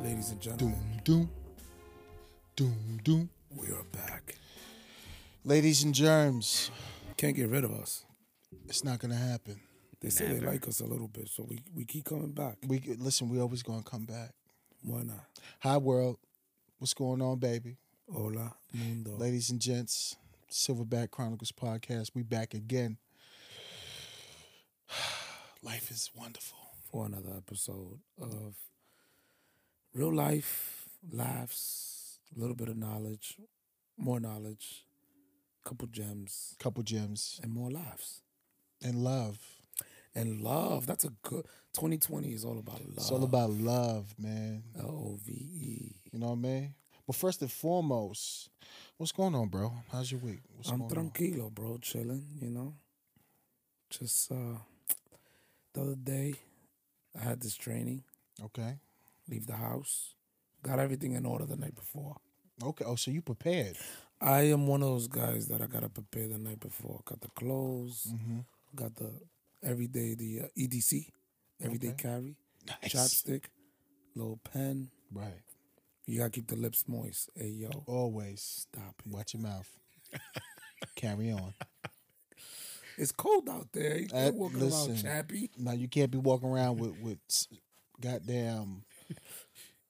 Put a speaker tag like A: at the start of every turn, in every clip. A: Ladies and gentlemen,
B: Doom, doom. Doom, doom.
A: we are back.
B: Ladies and germs,
A: Can't get rid of us.
B: it's not gonna happen.
A: They say they like us a little bit, so we, we keep coming back.
B: We listen. We always gonna come back.
A: Why not?
B: Hi world, what's going on, baby?
A: Hola, mundo.
B: Ladies and gents, Silverback Chronicles podcast. We back again. Life is wonderful.
A: For another episode of real life, laughs, a little bit of knowledge, more knowledge, couple gems,
B: Couple gems
A: and more laughs.
B: and love.
A: And love. That's a good. 2020 is all about love.
B: It's all about love, man.
A: L O V E.
B: You know what I mean? But first and foremost, what's going on, bro? How's your week? What's
A: I'm
B: going on?
A: tranquilo, bro. Chilling, you know. Just uh the other day, I had this training.
B: Okay.
A: Leave the house. Got everything in order the night before.
B: Okay. Oh, so you prepared?
A: I am one of those guys that I gotta prepare the night before. Got the clothes.
B: Mm-hmm.
A: Got the everyday the uh, EDC, everyday
B: Okay.
A: carry,
B: Nice.
A: chopstick, little pen.
B: Right.
A: You gotta keep the lips moist. Hey yo,
B: Always
A: stop it.
B: watch your mouth. Carry on.
A: It's cold out there. You can't
B: Uh,
A: walk
B: listen.
A: around chappy.
B: Now you can't be walking around with with s- goddamn.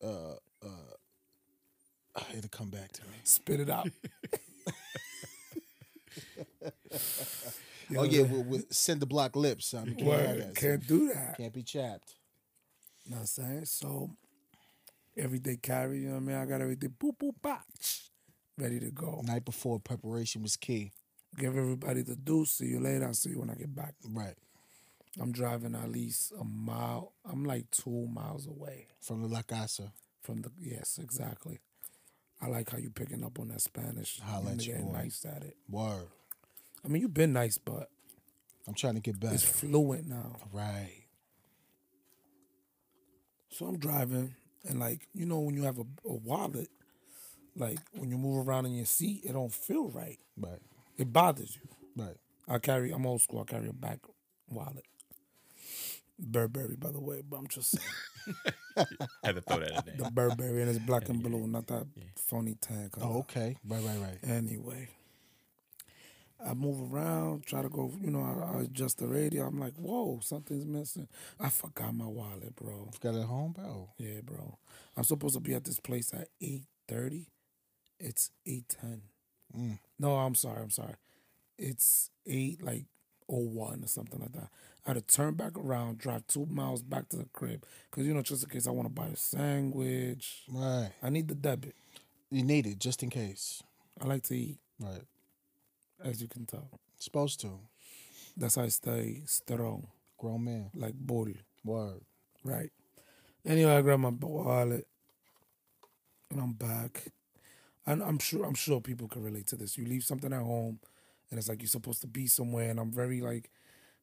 B: Uh, uh, ah, it'll come back to me.
A: Spit it out. You know
B: oh
A: what
B: yeah,
A: I'm saying?
B: with, with cinder block lips. I mean, can't, have
A: Word.
B: that.
A: Can't do that.
B: can't be chapped.
A: You know what I'm saying? So everyday carry, you know what I mean? I got everything boop boop bop ready to go.
B: Night before preparation was key.
A: Give everybody the deuce. See you later. I'll see you when I get back.
B: Right
A: I'm driving at least a mile. I'm like two miles away
B: from the La Casa.
A: from the yes, exactly. I like how you picking up on that Spanish.
B: Holla
A: you
B: at your
A: nigga
B: boy.
A: nice at it.
B: Word.
A: I mean, you've been nice, but
B: I'm trying to get better.
A: it's fluent now.
B: right.
A: So I'm driving, and like you know, when you have a, a wallet, like when you move around in your seat, it don't feel right.
B: Right.
A: It bothers you.
B: Right.
A: I carry. I'm old school. I carry a back wallet. Burberry, by the way, but I'm just saying.
C: I had to throw that in there.
A: the Burberry and it's black and blue, not that phony tag.
B: Oh, okay. Right. Right. Right.
A: Anyway, I move around, try to go. You know, I, I adjust the radio. I'm like, whoa, something's missing. I forgot my wallet, bro.
B: Got it home, Oh, bro.
A: Yeah, bro. I'm supposed to be at this place at eight thirty. It's eight ten.
B: Mm.
A: No, I'm sorry. I'm sorry. It's eight like oh one or something like that. I had to turn back around, drive two miles back to the crib because you know just in case I want to buy a sandwich.
B: Right.
A: I need the debit.
B: You need it just in case.
A: I like to eat,
B: Right.
A: as you can tell.
B: Supposed to.
A: That's how I stay strong,
B: Grown man.
A: like bull.
B: Word.
A: Right. Anyway, I grabbed my wallet and I'm back. And I'm sure I'm sure people can relate to this. You leave something at home and it's like you're supposed to be somewhere and I'm very like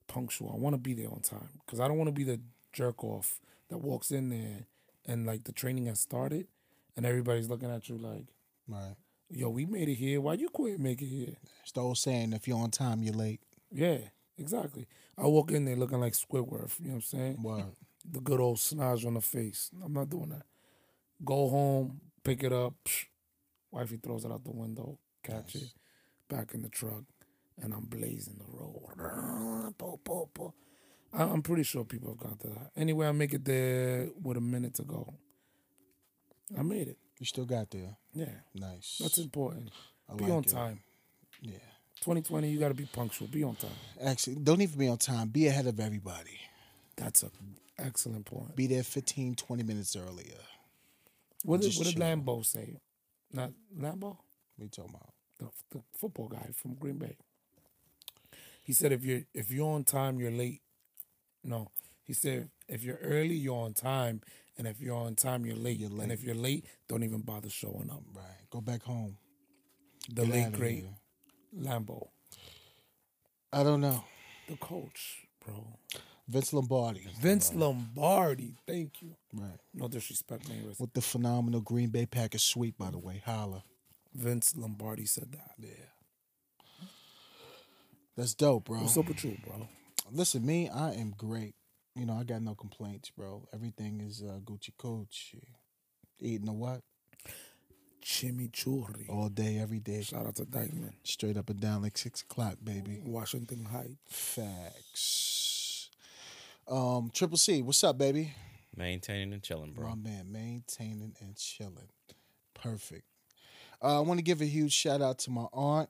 A: punctual. I want to be there on time cuz I don't want to be the jerk off that walks in there and like the training has started and everybody's looking at you like,
B: Right.
A: "Yo, we made it here. Why you quit make it here?"
B: It's the old saying: if you're on time, you're late.
A: Yeah, exactly. I walk in there looking like Squidward, you know what I'm saying?
B: Word.
A: the good old snage on the face. I'm not doing that. Go home, pick it up. Psh, wifey throws it out the window, catch
B: Nice.
A: it, back in the truck, and I'm blazing the road. Po, po, po. I- I'm pretty sure people have gone through that. Anyway, I make it there with a minute to go. I made it.
B: You still got there.
A: Yeah,
B: Nice.
A: that's important.
B: I
A: Be
B: like
A: on
B: it.
A: time.
B: Yeah.
A: 2020, you got to be punctual. Be on time.
B: Actually, don't even be on time. Be ahead of everybody.
A: That's an excellent point.
B: Be there 15, 20 minutes earlier.
A: What did,
B: just
A: what did
B: chill.
A: Lambo say? Not Lambo?
B: We talking about
A: the, the football guy from Green Bay. He said if you're if you're on time, you're late. No, he said if you're early, you're on time, and if you're on time, you're late.
B: You're late.
A: And if you're late, don't even bother showing up.
B: right. Go back home.
A: The
B: Get
A: late
B: outta
A: great
B: here.
A: Lambo,
B: I don't know.
A: the coach, bro.
B: Vince Lombardi.
A: Vince Lombardi, thank you.
B: Right.
A: No disrespect, man.
B: With the phenomenal Green Bay Packers sweep, by the way. Holla.
A: Vince Lombardi said that.
B: Yeah. That's dope, bro.
A: What's up with you, bro?
B: Listen, me, I am great. You know, I got no complaints, bro. Everything is uh, Gucci Gucci. Eating a what?
A: Chimichurri.
B: All day, every day.
A: Shout out to Dykeman.
B: Straight up and down like six o'clock, baby.
A: Washington Heights.
B: Facts. Um, Triple C, what's up, baby?
C: Maintaining and chilling, bro.
B: My man, maintaining and chilling. Perfect. Uh, I want to give a huge shout out to my aunt,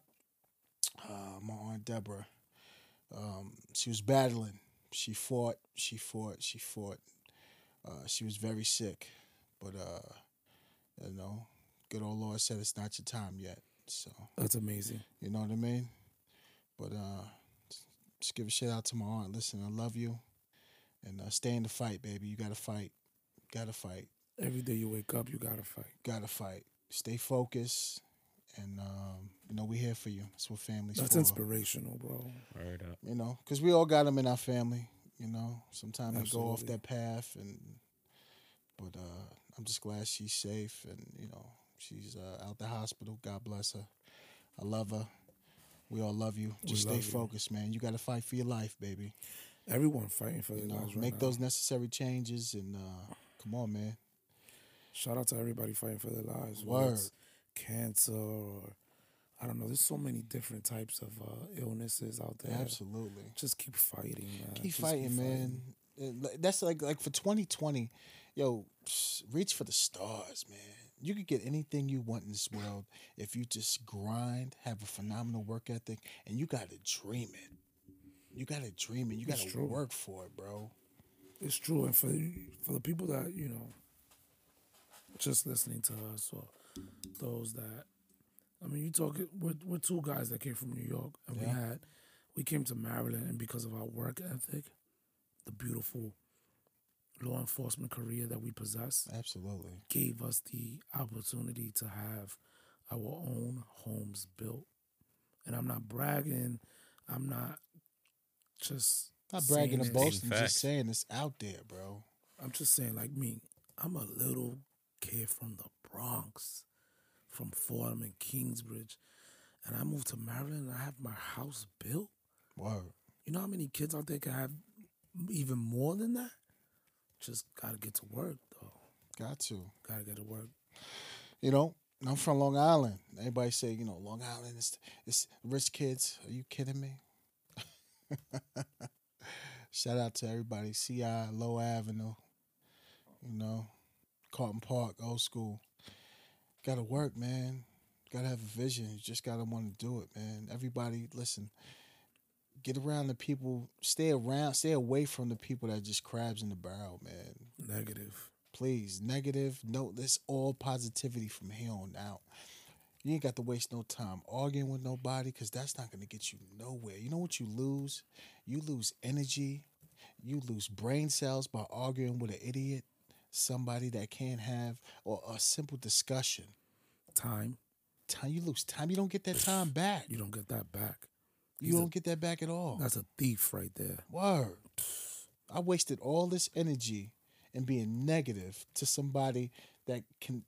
B: uh, my aunt Deborah. Um, she was battling. She fought. She fought. She fought. Uh, she was very sick, but uh, you know, good old Lord said it's not your time yet. So
A: That's amazing.
B: you know what I mean? But uh just give a shout out to my aunt. Listen, I love you. And uh, stay in the fight, baby. You gotta fight. Gotta fight.
A: Every day you wake up, you gotta fight.
B: Gotta fight. Stay focused. And um, you know, we're here for you. That's what family's
A: That's
B: for.
A: inspirational, bro.
C: Word up.
B: you know, because we all got them in our family, you know. Sometimes they go off
A: Absolutely.
B: that path and but uh I'm just glad she's safe and, you know, she's uh, out the hospital. God bless her. I love her. We all love you.
A: We
B: Just stay
A: love you.
B: focused, man. You gotta fight for your life, baby.
A: Everyone fighting for their
B: You know,
A: lives right
B: make
A: now.
B: those necessary changes and uh come on, man.
A: Shout out to everybody fighting for their lives.
B: Word.
A: Whether it's cancer or I don't know. There's so many different types of uh, illnesses out there.
B: Absolutely.
A: Just keep fighting, man.
B: Keep
A: Just
B: fighting, man. And, like, That's like like for 2020, yo, s- reach for the stars, man. You could get anything you want in this world if you just grind, have a phenomenal work ethic, and you gotta dream it. You gotta dream it. You
A: It's
B: gotta
A: true.
B: work for it, bro.
A: It's true, and for for the people that you know, just listening to us or those that, I mean, you talk. We're, we're two guys that came from New York, and we
B: Yeah.
A: had we came to Maryland, and because of our work ethic, the beautiful law enforcement career that we possess,
B: Absolutely.
A: gave us the opportunity to have our own homes built. And I'm not bragging. I'm not just
B: Not
A: saying
B: bragging
A: it.
B: and boasting,
C: Facts.
B: just saying it's out there, bro.
A: I'm just saying, like me, I'm a little kid from the Bronx, from Fordham and Kingsbridge, and I moved to Maryland and I have my house built.
B: Word.
A: You know how many kids out there can have even more than that? Just gotta get to work though.
B: Got to.
A: Gotta get to work.
B: You know, and I'm from Long Island. Everybody say, you know, Long Island is it's rich kids. Are you kidding me? Shout out to everybody. CI, Low Avenue, you know, Carlton Park, old school. Gotta work, man. Gotta have a vision. You just gotta wanna do it, man. Everybody, listen. Get around the people, stay around, stay away from the people that just crabs in the barrel, man
A: Negative.
B: please negative no this all positivity from here on out you ain't got to waste no time arguing with nobody because that's not going to get you nowhere you know what you lose you lose energy you lose brain cells by arguing with an idiot somebody that can't have or a simple discussion
A: Time.
B: time you lose time you don't get that time back
A: You don't get that back.
B: you don't get that back at all
A: That's a thief right there.
B: Word. I wasted all this energy in being negative to somebody that can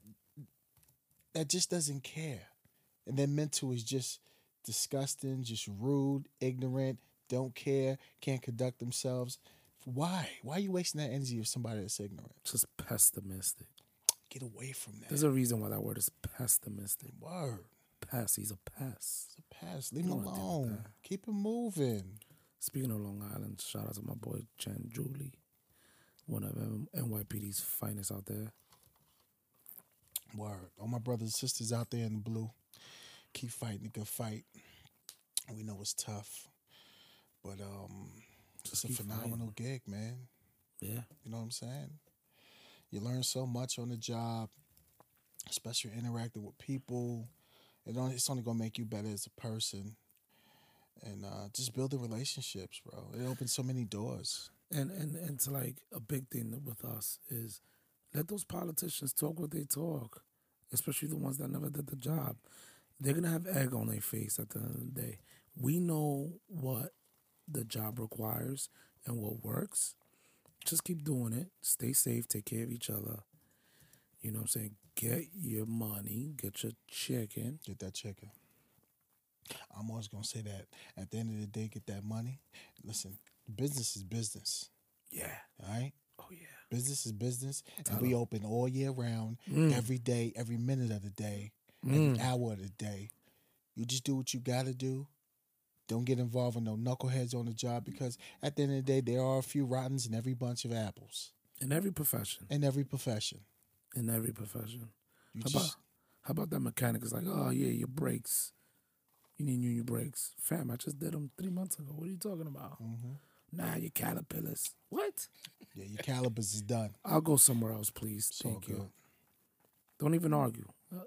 B: that just doesn't care. And their mental is just disgusting, just rude, ignorant, don't care, can't conduct themselves. Why? Why are you wasting that energy of somebody that's ignorant?
A: Just pessimistic.
B: Get away from that.
A: There's a reason why that word is pessimistic.
B: Word.
A: Pass. He's a pass.
B: It's a pass. Leave him
A: don't wanna deal with
B: alone. Keep it moving.
A: Speaking of Long Island, shout out to my boy Chan Julie, one of M- NYPD's finest out there.
B: Word. All my brothers and sisters out there in the blue, keep fighting the good fight. We know it's tough, but um, it's
A: Just
B: a
A: keep
B: phenomenal gig, man.
A: Yeah,
B: You know what I'm saying? You learn so much on the job, especially interacting with people. It only, it's only gonna make you better as a person, and uh, just building relationships, bro. It opens so many doors.
A: and and and to like a big thing that with us is let those politicians talk what they talk, especially the ones that never did the job. They're gonna have egg on their face at the end of the day. We know what the job requires and what works. Just keep doing it. Stay safe. Take care of each other. You know what I'm saying? Get your money. Get your chicken.
B: Get that chicken. I'm always gonna say that. At the end of the day, get that money. Listen, business is business.
A: Yeah.
B: All right.
A: Oh yeah.
B: Business is business, and we open all year round,
A: Mm.
B: every day, every minute of the day, every
A: Mm.
B: hour of the day. You just do what you gotta do. Don't get involved with no knuckleheads on the job because at the end of the day, there are a few rottens in every bunch of apples
A: In every profession.
B: in every profession.
A: In every profession.
B: You
A: How about
B: just
A: how about that mechanic? It's like, oh yeah, your brakes. You need new new brakes, fam. I just did them three months ago. What are you talking about?
B: Mhm.
A: Nah, your caterpillars. What?
B: yeah, your calibers is done.
A: I'll go somewhere else, please.
B: It's all
A: Thank you.
B: good.
A: Don't even argue. Uh,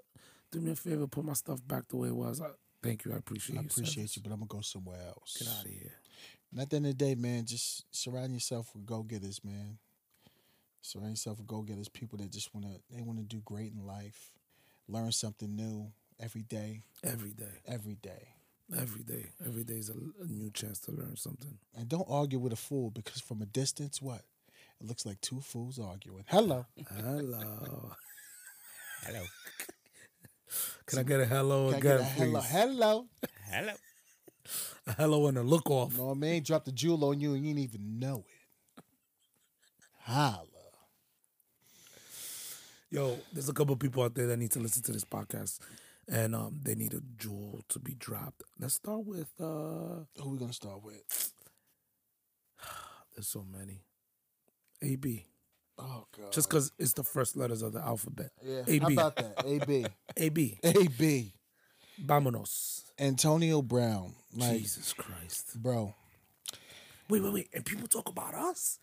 A: do me a favor, put my stuff back the way it was. I, thank you. I appreciate
B: I
A: you.
B: appreciate you, but I'm gonna go somewhere else.
A: Get out of here.
B: And at the end of the day, man, just surround yourself with go getters, man. Surround yourself with go getters, people that just wanna they wanna do great in life, learn something new every day,
A: Every day.
B: every day.
A: Every day. Every day is a, a new chance to learn something.
B: And don't argue with a fool because from a distance, what? It looks like two fools arguing. Hello.
A: Hello.
C: Hello.
A: Can I get a hello
B: Can I
A: again,
B: get a hello?
A: please?
B: Hello.
C: Hello.
A: A hello and a look off.
B: You know what I mean? Drop the jewel on you and you didn't even know it. Holla.
A: Yo, there's a couple people out there that need to listen to this podcast, and um, they need a jewel to be dropped. Let's start with uh,
B: Who we gonna start with?
A: there's so many. A B,
B: Oh god.
A: just because it's the first letters of the alphabet.
B: yeah. How
A: AB.
B: about that? A B.
A: A B,
B: A B.
A: vámonos.
B: Antonio Brown. Like,
A: Jesus Christ.
B: bro,
A: Wait, wait, wait. And people talk about us.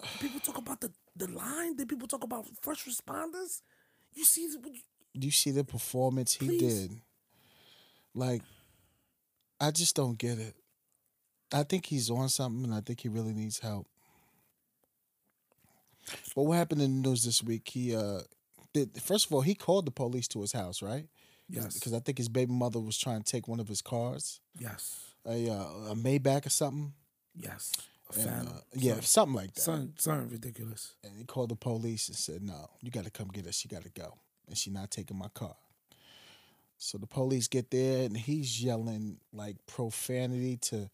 A: And people talk about the the line. Then people talk about first responders. You see,
B: you see the performance he
A: Please.
B: did. Like, I just don't get it. I think he's on something and I think he really needs help. But what happened in the news this week? He uh did, first of all, he called the police to his house, right?
A: yes,
B: Because I think his baby mother was trying to take one of his cars,
A: yes,
B: a uh, a Maybach or something.
A: yes. A
B: And,
A: fan.
B: uh, yeah, something like that.
A: Son, son, ridiculous.
B: And he called the police and said, No, you gotta come get her. She gotta go. And she not taking my car. So the police get there and he's yelling like profanity to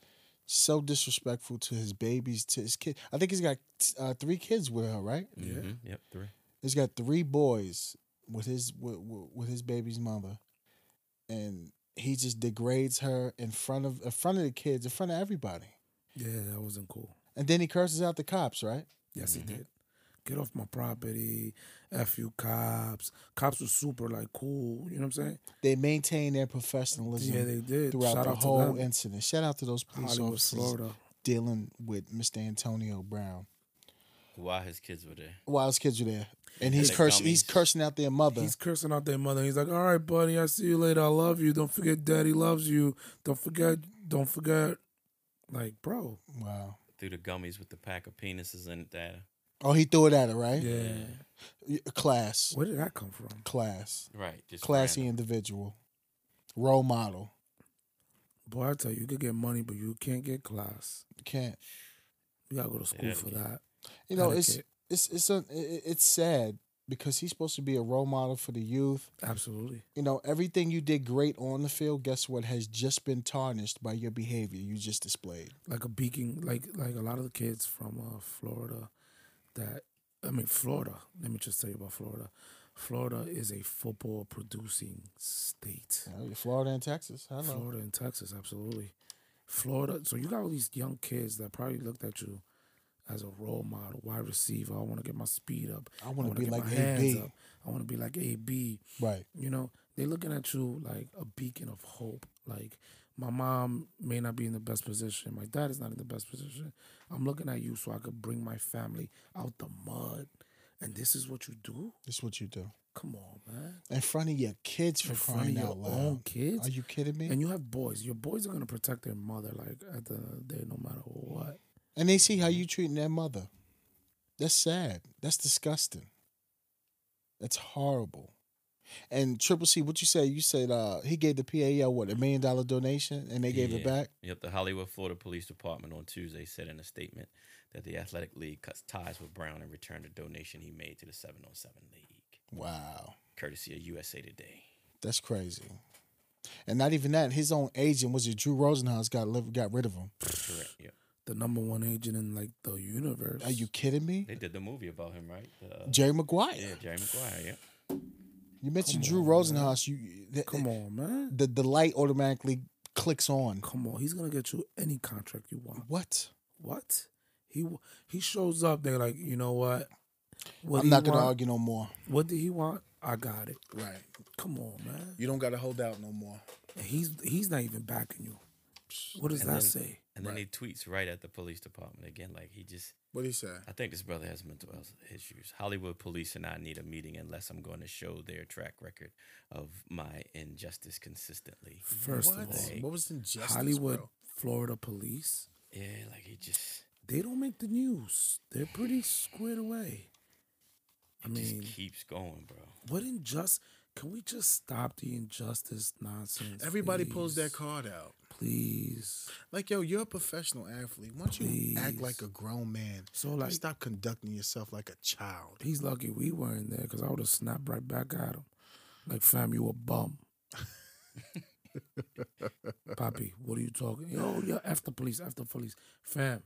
B: so disrespectful to his babies, to his kid. I think he's got uh, three kids with her, right?
A: Yeah.
C: Mhm. Yep. Three.
B: He's got three boys with his with, with with his baby's mother, and he just degrades her in front of in front of the kids, in front of everybody.
A: Yeah, that wasn't cool.
B: And then he curses out the cops, right?
A: Yes,
B: Mm-hmm.
A: he did. Get off my property. F you cops. Cops were super like cool. You know what I'm saying?
B: They maintain their professionalism.
A: Yeah, they did.
B: throughout
A: Shout
B: the
A: out to
B: whole
A: them.
B: incident. Shout out to those police
A: Hollywood,
B: officers
A: Florida.
B: dealing with Mr. Antonio Brown
C: While his kids were there.
B: while his kids were there, and he's
C: Like
B: cursing. He's
C: dummies.
B: cursing out their mother.
A: He's cursing out their mother. He's like, "All right, buddy, I see you later. I love you. Don't forget, daddy loves you. Don't forget. Don't forget." Like, bro.
B: wow.
C: Threw the gummies with the pack of penises in it. That
B: Oh, he threw it at her, right?
A: Yeah.
B: Y- Class,
A: Where did that come from?
B: class,
C: right. Just
B: classy
C: random.
B: individual, role model.
A: Boy, I tell you, you could get money, but you can't get class.
B: Can't
A: You gotta go to school
C: Yeah,
A: for
C: yeah.
A: that.
B: you know? It's
A: Etiquette.
B: it's it's a, i- i- it's sad because he's supposed to be a role model for the youth.
A: absolutely.
B: You know, everything you did great on the field, guess what, has just been tarnished by your behavior you just displayed.
A: like a beacon like like a lot of the kids from uh, Florida that I mean Florida let me just tell you about Florida Florida is a football producing state
B: You know, Florida and Texas. Hello.
A: Florida and Texas absolutely Florida so you got all these young kids that probably looked at you as a role model wide receiver I want to get my speed up
B: I want to
A: wanna
B: be
A: get
B: like
A: my hands
B: AB.
A: up. I want to be like AB
B: Right.
A: you know they're looking at you like a beacon of hope like my mom may not be in the best position my dad is not in the best position i'm looking at you so i could bring my family out the mud and this is what you do
B: That's what you do.
A: come on man
B: In front of your kids for
A: in front of
B: crying
A: your
B: out
A: own
B: loud.
A: kids
B: Are you kidding me?
A: and you have boys your boys are going to protect their mother like at the end of the day no matter what
B: And they see how you treating their mother. That's sad. That's disgusting. That's horrible. And Triple C, what you say? You said uh, he gave the PAL what a million dollar donation, and they gave it
C: Yeah.
B: back.
C: Yep. The Hollywood, Florida Police Department on Tuesday said in a statement that the athletic league cuts ties with Brown and returned a donation he made to the Seven on Seven League,
B: Wow,
C: courtesy of USA Today.
B: that's crazy. And not even that. His own agent was it Drew Rosenhaus got got rid of him.
C: Correct. Yep.
A: the number one agent in like the universe.
D: Are you kidding me?
C: They did the movie about him, right? The, uh,
D: Jerry Maguire.
C: yeah, Jerry Maguire. Yeah.
D: You mentioned
A: Come
D: Drew
A: on,
D: Rosenhaus. You the,
A: Come on, man.
D: the the light automatically clicks on.
A: Come on. He's gonna get you any contract you want.
D: What?
A: What? He w- he shows up. They're like, you know what? What
D: I'm
A: he
D: not gonna
A: want-
D: argue no more.
A: What did he want? I got it.
D: Right.
A: Come on, man.
D: You don't gotta hold out no more.
A: And he's he's not even backing you. What does
C: And
A: that
C: then-
A: say?
C: And then he tweets right at the police department again. Like he just,
D: What do you say?
C: I think this brother has mental health issues. Hollywood police and I need a meeting unless I'm going to show their track record of my injustice consistently.
A: First of all,
C: Like,
B: was injustice?
A: Hollywood, Florida police,
C: yeah, like he just,
A: they don't make the news. They're pretty squared away. I mean,
C: just keeps going, bro.
A: what injustice? Can we just stop the injustice nonsense?
B: Everybody
A: please?
B: pulls that card out.
A: Please.
B: Like, yo, you're a professional athlete. Why don't you act
A: Please.
B: like a grown man?
A: So like,
B: Stop conducting yourself like a child.
A: he's lucky we weren't there because I would have snapped right back at him. Like, fam, you a bum. Poppy, what are you talking? Yo, you're after police, after police. Fam,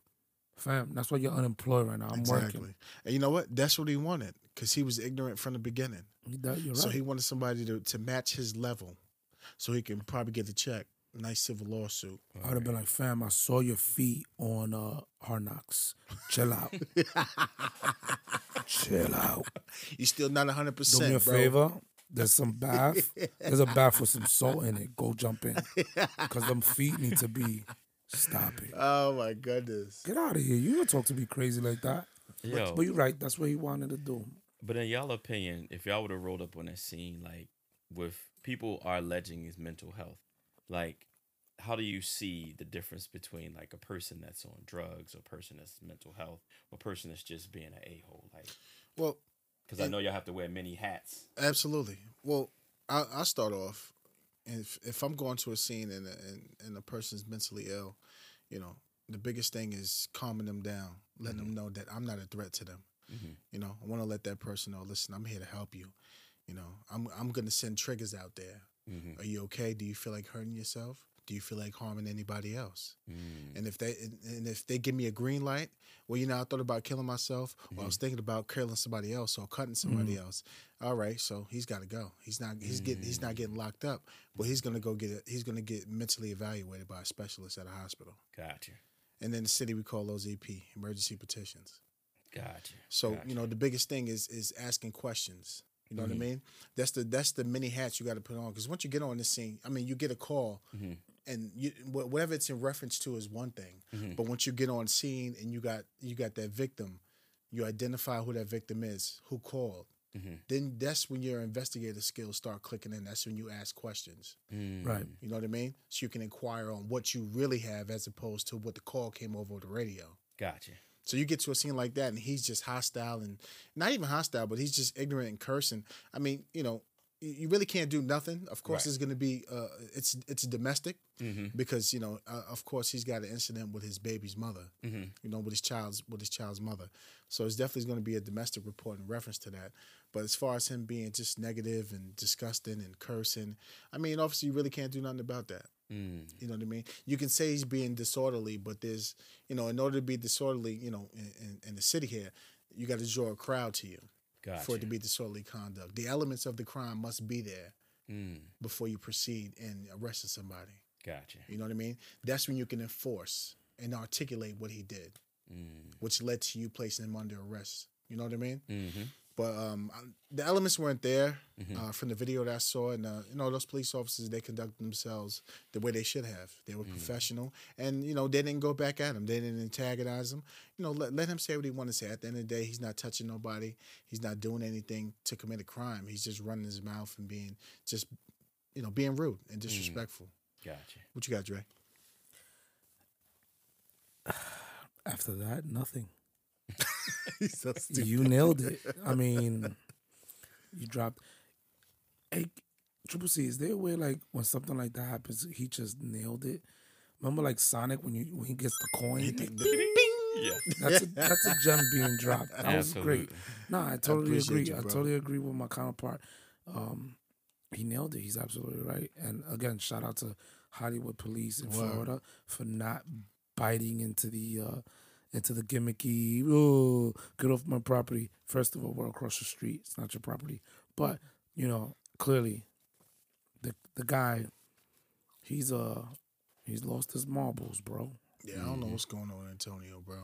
A: fam, that's why you're unemployed right now. I'm working.
B: And you know what? That's what he wanted because he was ignorant from the beginning.
A: You- that- You're right.
B: So he wanted somebody to, to match his level so he can probably get the check. Nice civil lawsuit.
A: I would have been like, fam, I saw your feet on uh, Hard Knocks. Chill out. Chill out.
B: You still not 100%.
A: Do me a
B: bro.
A: favor. There's some bath. There's a bath with some salt in it. Go jump in. Because them feet need to be. Stop it.
B: Oh my goodness.
A: Get out of here. You don't talk to me crazy like that.
C: Yo,
A: But you're right. That's what he wanted to do.
C: But in y'all opinion, if y'all would have rolled up on that scene, like with people are alleging his mental health, like how do you see the difference between like a person that's on drugs, or person that's mental health, or person that's just being an a hole? Like,
B: Well,
C: because I know y'all have to wear many hats.
B: Absolutely. Well, I, I start off if if I'm going to a scene and, a- and and a person's mentally ill, you know, the biggest thing is calming them down, letting them know that I'm not a threat to them.
C: Mhm.
B: You know, I want to let that person know. Listen, I'm here to help you. You know, I'm I'm gonna send triggers out there.
C: Mm-hmm.
B: Are you okay? Do you feel like hurting yourself? Do you feel like harming anybody else?
C: Mm-hmm.
B: And if they and- and if they give me a green light, well, you know, I thought about killing myself, or I was thinking about killing somebody else or cutting somebody else. All right, so he's got to go. He's not he's getting he's not getting locked up, but he's gonna go get a, he's gonna get mentally evaluated by a specialist at a hospital.
C: Gotcha,
B: And then the city we call those EP emergency petitions.
C: gotcha.
B: So
C: gotcha.
B: you know, the biggest thing is is asking questions. You know what I mean? That's the that's the many hats you got to put on because once you get on the scene, I mean, you get a call, and you wh- whatever it's in reference to is one thing, but once you get on scene and you got you got that victim, you identify who that victim is, who called. Then that's when your investigative skills start clicking in. That's when you ask questions.
A: Right.
B: You know what I mean? So you can inquire on what you really have as opposed to what the call came over the radio.
C: gotcha.
B: So you get to a scene like that, and he's just hostile and not even hostile, but he's just ignorant and cursing. I mean, you know, you you really can't do nothing. Of course,
C: Right.
B: it's going to be uh, it's it's domestic
C: Mhm.
B: because you know, uh, of course, he's got an incident with his baby's mother.
C: Mhm.
B: You know, with his child's with his child's mother. So it's definitely going to be a domestic report in reference to that. But as far as him being just negative and disgusting and cursing, I mean, obviously, you really can't do nothing about that.
C: Mm.
B: You know what I mean? You can say he's being disorderly, but there's, you know, in order to be disorderly, you know, in, in, in the city here, you got to draw a crowd to you
C: Gotcha.
B: for it to be disorderly conduct. The elements of the crime must be there
C: mm.
B: before you proceed in arresting somebody.
C: Gotcha.
B: You know what I mean? That's when you can enforce and articulate what he did,
C: Mm.
B: which led to you placing him under arrest. You know what I mean?
C: Mm-hmm.
B: But um, I- the elements weren't there uh, from the video that I saw, and uh, you know those police officers they conducted themselves the way they should have. They were professional, and you know they didn't go back at him. They didn't antagonize him. You know, let, let him say what he wanted to say. At the end of the day, he's not touching nobody. He's not doing anything to commit a crime. He's just running his mouth and being just, you know, being rude and disrespectful.
C: Gotcha.
B: What you got, Dre?
A: After that, nothing.
B: He's so stupid.
A: You nailed it. I mean, you dropped. Hey, Triple C, is there a way like when something like that happens, he just nailed it? Remember like Sonic when you when he gets the coin? Like,
C: Yeah.
A: that's a, that's a gem being dropped. That was great.
C: Absolutely.
A: No, I totally
B: appreciate
A: agree.
B: you,
A: I
B: brother.
A: totally agree with my counterpart. Um, he nailed it. He's absolutely right. And again, shout out to Hollywood Police in Florida for not biting into the uh, into the gimmicky. Oh, get off my property! First of all, we're across the street. It's not your property, but you know clearly, the the guy, he's uh, he's lost his marbles, bro.
B: Yeah, I don't know what's going on with Antonio, bro.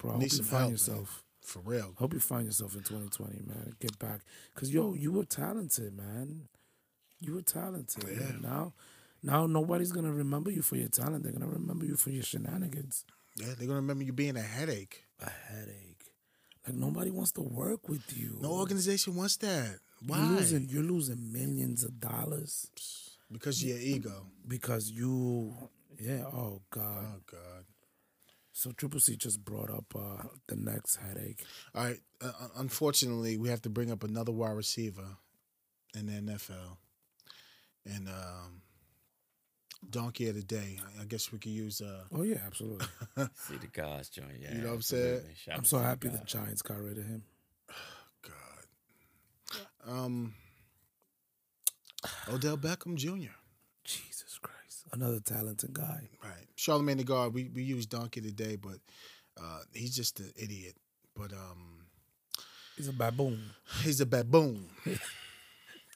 A: Bro, I hope
B: Need
A: you
B: some
A: find
B: help, man.
A: yourself.
B: For real.
A: Hope you find yourself in 2020, man. Get back, cause yo, you were talented, man. You were talented. man.
B: Yeah.
A: Now, now nobody's gonna remember you for your talent. They're gonna remember you for your shenanigans.
B: Yeah, they're gonna remember you being a headache.
A: A headache. Like nobody wants to work with you.
B: No organization wants that. Why?
A: You're losing, you're losing millions of dollars
B: Because of your ego.
A: because you. Yeah. Oh God.
B: Oh God.
A: So Triple C just brought up uh, the next headache.
B: All right. Uh, un- unfortunately, we have to bring up another wide receiver in the NFL. And um, donkey of the day. I- I guess we could use. Uh,
A: Oh yeah, absolutely.
C: See the guys, John. Yeah,
B: know what I'm saying?
C: absolutely. Shout
A: I'm
C: out
A: so
C: to the
A: happy the
C: guys.
A: Giants got rid of him.
B: God. Um. Odell Beckham Jr.
A: Jesus Christ, another talented guy.
B: Right. Charlemagne the God, we, we use Donkey today, but uh, he's just an idiot. But um,
A: He's a baboon.
B: he's a baboon.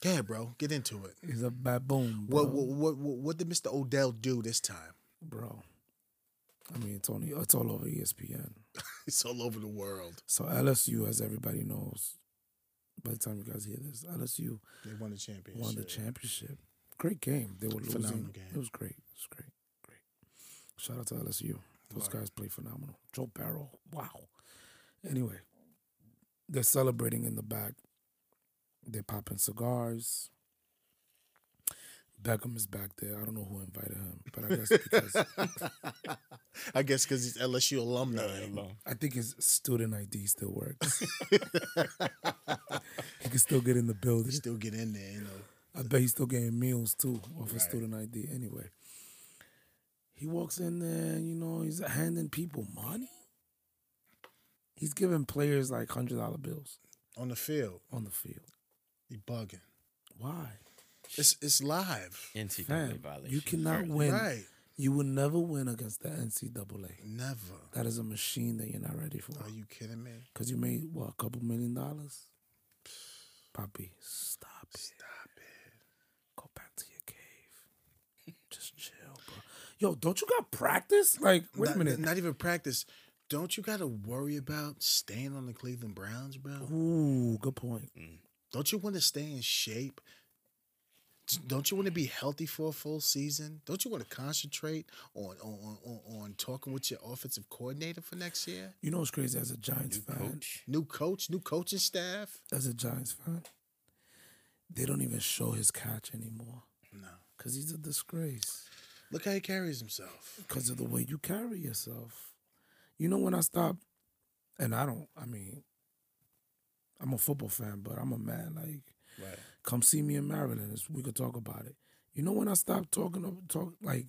B: yeah, bro, get into it.
A: He's a baboon, bro.
B: What, what what what what did Mr. Odell do this time?
A: bro. I mean, it's only it's all over E ESPN.
B: It's all over the world.
A: So LSU, as everybody knows, by the time you guys hear this, LSU
B: They won the championship.
A: won the championship. Great game. They were losing.
B: Phenomenal game.
A: It was great. It was great. Great. Shout out to LSU. Those guys play phenomenal. Joe Barrow. Wow. Anyway, they're celebrating in the back. They're popping cigars. Beckham is back there. I don't know who invited him, but I guess because
B: I guess because he's LSU alumni.
A: I think his student ID still works. he can still get in the building.
B: Still get in there, you know.
A: I bet he's still getting meals too off his
B: Right.
A: student ID anyway. He walks in there, you know, he's handing people money. He's giving players like hundred dollar bills
B: On the field,
A: on the field.
B: he bugging.
A: Why?
B: It's it's live,
C: NCAA
A: Fam,
C: violation.
A: you cannot
C: First.
A: win.
B: right?
A: You will never win against the NCAA.
B: Never.
A: That is a machine that you're not ready for.
B: Are you kidding me?
A: Cause you made what a couple million dollars. Poppy, stop it.
B: Stop it.
A: Go back to your cave. Just chill, bro. Yo, don't you got practice? Like, wait
B: not,
A: a minute.
B: Not even practice. Don't you got to worry about staying on the Cleveland Browns, bro?
A: Ooh, good point.
B: Mm. Don't you want to stay in shape? D- Don't you want to be healthy for a full season? Don't you want to concentrate on on, on, on on talking with your offensive coordinator for next year?
A: You know what's crazy as a Giants fan?
C: Coach.
B: New coach, new coaching staff.
A: As a Giants fan, they don't even show his catch anymore
B: No,
A: because he's a disgrace
B: look how he carries himself.
A: because of the way you carry yourself. You know, when I stop, and I don't, I mean, I'm a football fan, but I'm a man. Like,
B: Right.
A: come see me in Maryland. It's- We could talk about it. You know when I stopped talking, ab- talk like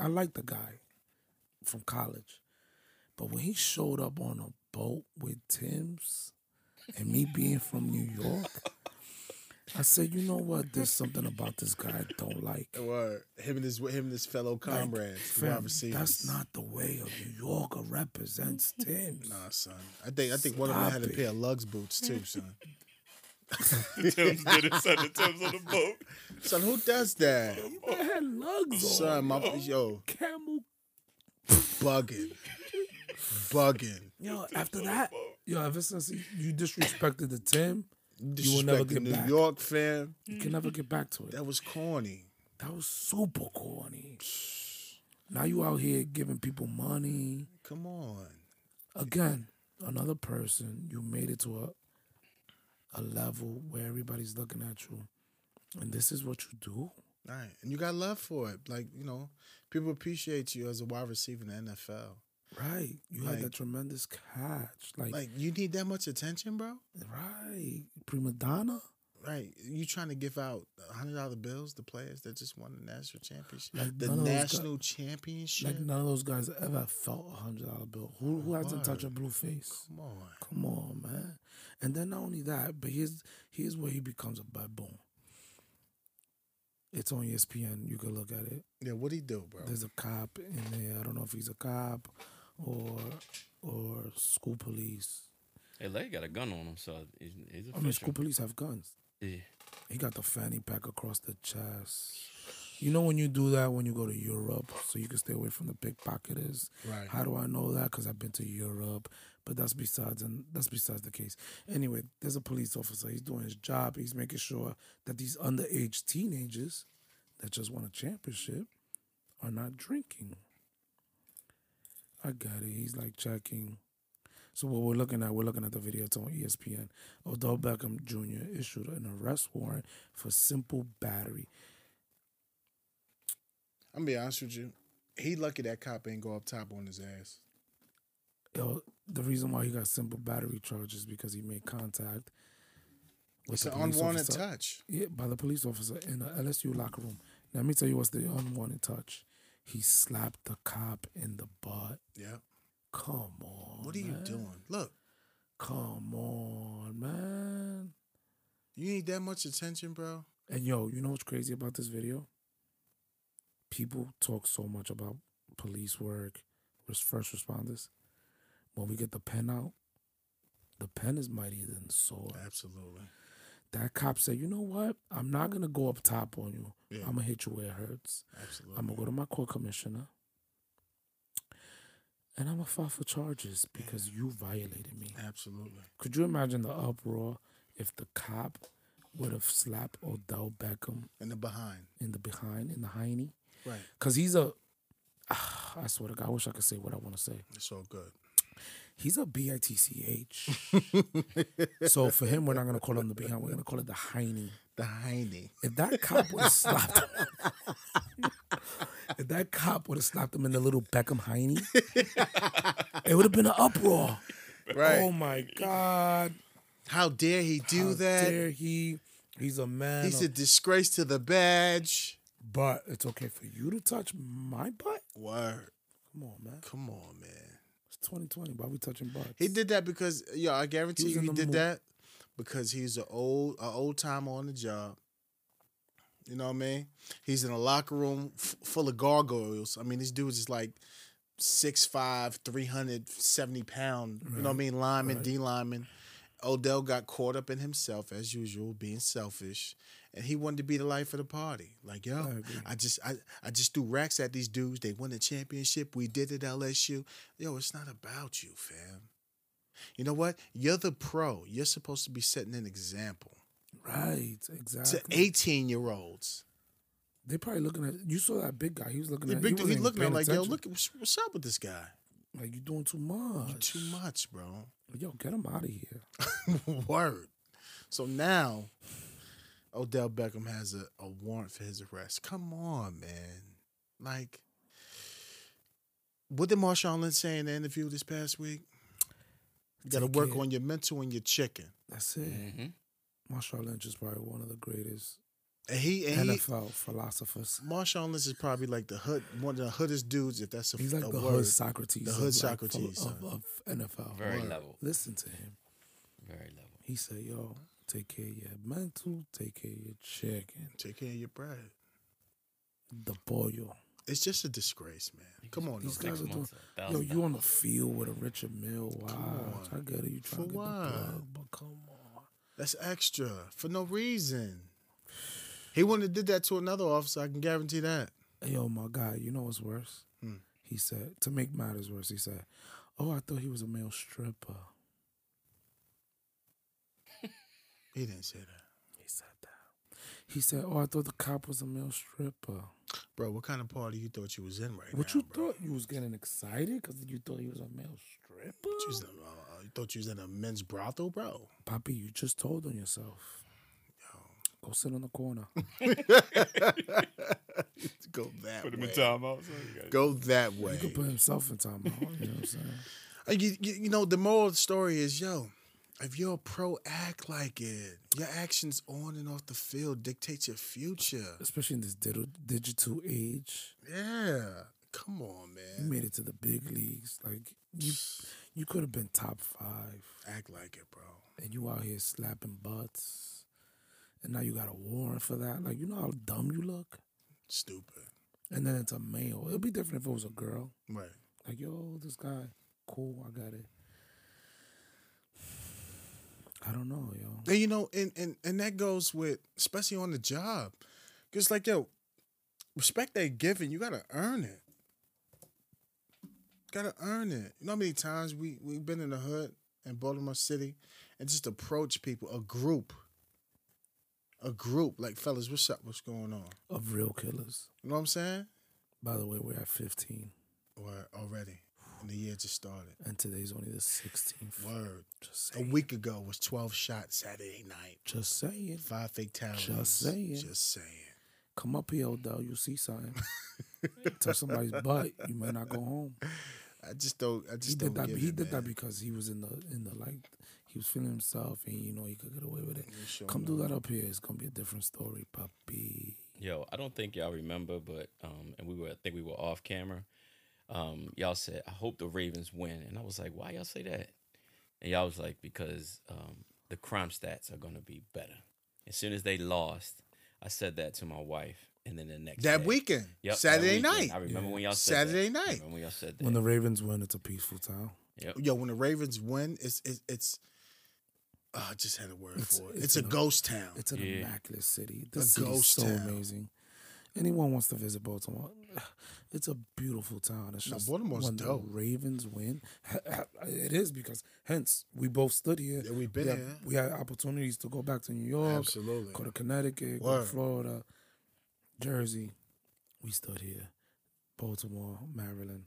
A: I like the guy from college, but when he showed up on a boat with Tim's and me being from New York, I said, you know what? There's something about this guy I don't like.
B: Or him and his him and his fellow comrades,
A: Fam,
B: wide receivers.
A: that's not the way of New Yorker represents Tim's.
B: Nah, son. I think I think one of them
A: Stop
B: had a
A: it.
B: pair of lugs boots too, son.
C: Tim's did it. Send the Tim's on the boat.
B: Son, who does that?
A: I had lugs on.
B: Son, my yo,
A: Camel
B: bugging, bugging.
A: Yo, after that, yo, ever since he, you disrespected the Tim, you will never
B: Disrespecting
A: get
B: New
A: back.
B: York fam.
A: You can never get back to it.
B: That was corny.
A: That was super corny. Now you out here giving people money.
B: Come on.
A: Again, another person, you made it to a a level where everybody's looking at you. And this is what you do?
B: All right. And you got love for it. Like, you know, people appreciate you as a wide receiver in the NFL.
A: Right. You had
B: Like-
A: that tremendous catch. Like,
B: Like, you need that much attention, bro?
A: right. Prima Donna?
B: Right. You trying to give out $100 bills to players that just won the national championship?
A: Like
B: the
A: none of those
B: national championship?
A: Like none of those guys ever felt a hundred dollar bill. Who who hasn't touched a blue face?
B: Come on.
A: Come on, man. And then not only that, but here's here's where he becomes a baboon. It's on E ESPN. You can look at it.
B: Yeah, what he do, bro?
A: There's a cop in there. I don't know if he's a cop or or school police.
C: Hey, Larry got a gun on him, so he's, he's
A: I mean, school
C: official.
A: police have guns.
C: Yeah.
A: He got the fanny pack across the chest. You know when you do that when you go to Europe, so you can stay away from the pickpocketers.
B: Right.
A: How do I know that? Because I've been to Europe, but that's besides and that's besides the case. Anyway, there's a police officer. He's doing his job. He's making sure that these underage teenagers that just won a championship are not drinking. I got it. He's like checking. So what we're looking at, we're looking at the video. It's on E ESPN. Odell Beckham Jr. issued an arrest warrant for simple battery.
B: I'm gonna be honest with you. He lucky that cop ain't go up top on his ass.
A: Yo, the reason why he got simple battery charge is because he made contact with
B: It's
A: the
B: an
A: police
B: unwanted
A: officer-
B: touch.
A: Yeah, by the police officer in the LSU locker room. Let me tell you what's the unwanted touch. He slapped the cop in the butt.
B: Yeah.
A: Come on.
B: What are you
A: Oh, man.
B: doing? Look,
A: Come on, man.
B: you need that much attention, bro.
A: And yo, you know what's crazy about this video? People talk so much about police work, res- first responders. When we get the pen out, the pen is mightier than the sword.
B: Absolutely.
A: That cop said, "You know what? I'm not gonna go up top on you.
B: Yeah.
A: I'm gonna hit you where it hurts.
B: Absolutely.
A: I'm gonna go to my court commissioner, and I'm gonna file for charges because you violated me."
B: Absolutely.
A: Could you imagine the uproar if the cop would have slapped Odell Beckham
B: In the behind.
A: in the behind, in the hiney?
B: Right.
A: Because he's a, ah, I swear to God, I wish I could say what I want to say.
B: It's all good.
A: He's a B-I-T-C-H. so for him, we're not going to call him the behind. We're going to call it the hiney.
B: The hiney.
A: If that cop would have slapped him, if that cop would have slapped him in the little Beckham hiney, it would have been an uproar.
B: Right.
A: Oh my God.
B: How dare he do
A: How
B: that?
A: dare he? He's a man.
B: He's a
A: of-
B: disgrace to the badge.
A: but it's okay for you to touch my butt.
B: Word.
A: Come on, man.
B: Come on, man.
A: It's 2020. Why we touching butts?
B: He did that because yo, I guarantee
A: He was
B: you
A: in
B: he
A: the
B: did
A: mood.
B: that because he's an old a old timer on the job. You know what I mean? He's in a locker room f- full of gargoyles. I mean, this dude's just like 6'5", 370 pound. You know what I mean? Lineman,
A: Right.
B: D lineman. Odell got caught up in himself as usual, being selfish, and he wanted to be the life of the party. Like yo,
A: I agree.
B: I just I, I just threw racks at these dudes. They won the championship. We did it LSU. Yo, it's not about you, fam. You know what? You're the pro. You're supposed to be setting an example
A: Right, exactly.
B: to 18 year olds.
A: They probably looking at you. Saw that big guy. He was looking
B: The
A: at.
B: big
A: he
B: dude,
A: wasn't
B: he's
A: even
B: looking at
A: paying
B: him like, yo,
A: attention.
B: look, what's, what's up with this guy?
A: Like you doing too
B: You
A: much.
B: too much, bro.
A: Yo, get him out of here.
B: Word. So now, Odell Beckham has a, a warrant for his arrest. Come on, man. Like, what did Marshawn Lynch say in the interview this past week? You got to
A: Take
B: work
A: it.
B: on your mental and your chicken.
A: That's it.
C: Mm-hmm.
A: Marshall Lynch is probably one of the greatest
B: And he, and he
A: NFL philosophers.
B: Marshawn Lynch is probably like the hood, one of the hoodest dudes, if that's a,
A: He's like
B: a
A: the
B: word.
A: hood Socrates.
B: The
A: of,
B: hood
A: like,
B: Socrates,
A: of,
B: son.
A: of NFL.
C: Very
B: Word.
C: level.
A: Listen to him.
C: Very level.
A: He said, "Yo, take care of your mental. Take care of your chicken.
B: Take care of your pride.
A: The boil.
B: It's just a disgrace, man. Come on,
A: These
B: Odell.
A: guys are
C: Six
A: doing.
C: months, a
A: Yo,
C: thousand
A: you on the
C: dollars.
A: field with a Richard Mill? Wow,
B: on.
A: I get it. You
B: For
A: trying to get
B: what?
A: the plug, but come on."
B: That's extra for no reason. He wouldn't have did that to another officer. I can guarantee that.
A: yo, my guy, you know what's worse?
B: Hmm.
A: He said, to make matters worse, he said, oh, I thought he was a male stripper.
B: He didn't say that,
A: He said that. He said, oh, I thought the cop was a male stripper.
B: bro. What kind of party you thought you was in right
A: what
B: now?
A: you
B: bro?
A: thought? You was getting excited because you thought he was a male stripper?
B: You was in a- uh, you thought you was in a men's brothel, bro.
A: Poppy, you just told on yourself. Go sit on the corner.
B: Go that
C: Put him
B: way.
C: in timeout. so you gotta-
B: Go that
A: He
B: way.
A: could put himself in timeout. You know what I'm saying?
B: Uh, You, you, you know, the moral of the story is, yo, if you're a pro, act like it. Your actions on and off the field dictate your future.
A: Especially in this digital, digital age.
B: Yeah. Come on,
A: You
B: man.
A: made it to the big leagues. Like, you, you could have been top five.
B: Act like it, bro.
A: and you out here slapping butts and now you got a warrant for that. Like, you know how dumb you look.
B: Stupid.
A: And then it's a male. It'll be different if it was a girl.
B: Right.
A: Like, yo, this guy, cool, I got it. I don't know, yo.
B: And you know, and and and that goes with especially on the job, because like yo, respect they giving you gotta earn it. Gotta earn it. You know how many times we we've been in the hood in Baltimore City, and just approach people, a group, a group like fellas, what's up, what's going on?
A: Of real killers.
B: You know what I'm saying?
A: By the way, we're at 15,
B: Or already, and the year just started.
A: and today's only the 16th.
B: Word.
A: Just
B: A
A: saying.
B: week ago was 12 shots Saturday night.
A: Just saying.
B: Five fatalities.
A: Just saying.
B: Just saying.
A: Come up here, Odell. You see something. Touch somebody's butt, you might not go home.
B: I just don't. I just
A: he
B: don't
A: did that.
B: give
A: He
B: it,
A: did that
B: man.
A: because he was in the in the like he was feeling himself, and you know he could get away with it.
B: You sure
A: Come do
B: know.
A: that up here. It's gonna be a different story, puppy.
C: Yo, I don't think y'all remember, but um, and we were I think we were off camera. Um, y'all said, "I hope the Ravens win," and I was like, "Why y'all say that?" And y'all was like, "Because um, the crime stats are gonna be better." As soon as they lost, I said that to my wife, and then the next
B: That
C: day-
B: weekend.
C: Yep, that
B: Saturday
C: weekend.
B: night.
C: I remember when y'all said
B: Saturday
C: that. I
B: night.
C: remember when y'all said that.
A: When the Ravens win, it's a peaceful town.
C: Yep.
B: Yo, when the Ravens win, it's it's. it's oh, I just had a word
A: It's-
B: for it.
A: it's
B: It's, a
A: an-
B: ghost town.
A: It's an
C: Yeah.
A: immaculate city. This
B: A
A: city is
B: ghost
A: so
B: town.
A: amazing. Anyone wants to visit Baltimore? It's a beautiful town. It's
B: No,
A: just
B: Baltimore's
A: when
B: dope.
A: the Ravens win, it is because hence we both stood here.
B: Yeah, we've been
A: we had,
B: here.
A: We had opportunities to go back to New York,
B: Absolutely.
A: go to Connecticut, go to
B: Word.
A: Florida, Jersey. We stood here. Baltimore, Maryland.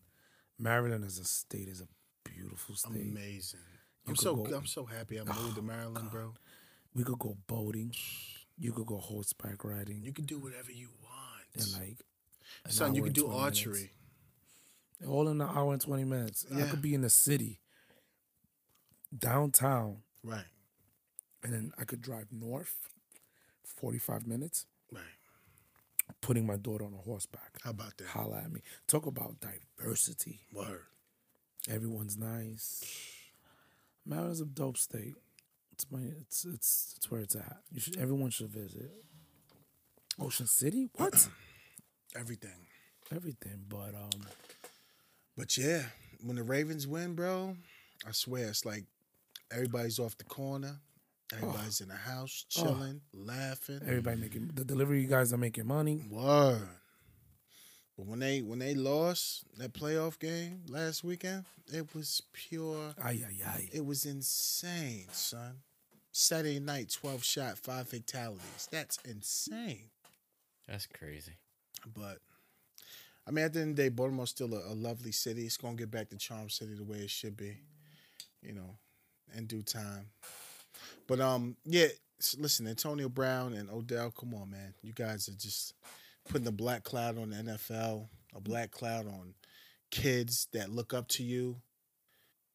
A: Maryland as a state is a beautiful state.
B: Amazing.
A: You
B: I'm
A: could
B: so
A: go-
B: I'm so happy I moved to Maryland, bro.
A: We could go boating. You could go horseback riding.
B: You can do whatever you want,
A: in like an
B: son. You
A: hour
B: can
A: and
B: do
A: 20 minutes.
B: archery.
A: All in an hour and twenty minutes. I
B: Yeah.
A: could be in the city, downtown,
B: Right.
A: and then I could drive north, forty-five minutes,
B: Right.
A: putting my daughter on a horseback.
B: How about that?
A: Holla at me. Talk about diversity.
B: Word.
A: Everyone's nice. Maryland's a dope state. It's my it's it's it's where it's at. You should everyone should visit. Ocean City? What?
B: Everything.
A: Everything, but um
B: But yeah, when the Ravens win, bro, I swear it's like everybody's off the corner, everybody's in the house chilling, laughing.
A: everybody making the delivery guys are making money.
B: Word. But when they when they lost that playoff game last weekend, it was pure.
A: Ay ay ay.
B: It was insane, son. Saturday night, twelve shot, five fatalities. That's insane.
C: That's crazy.
B: But I mean, at the end of the day, Baltimore's still a, a lovely city. It's gonna get back to Charm City the way it should be, you know, in due time. But um, yeah, s- listen, Antonio Brown and Odell, come on, man, you guys are just putting a black cloud on the NFL, a black cloud on kids that look up to you.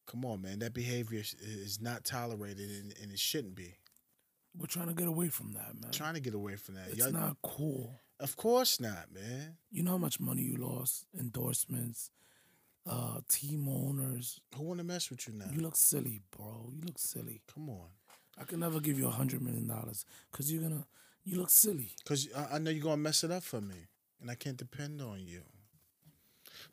B: Come on, man, that behavior is- is not tolerated and, and it shouldn't be.
A: We're trying to get away from that, man.
B: trying to get away from that.
A: it's
B: Y'all-
A: not cool.
B: of course not, man.
A: You know how much money you lost, endorsements, uh, team owners.
B: Who want to mess with you now?
A: You look silly, bro. You look silly.
B: come on.
A: I can never give you a hundred million dollars because you're gonna. You look silly.
B: Because I, I know you're going to mess it up for me, and I can't depend on you.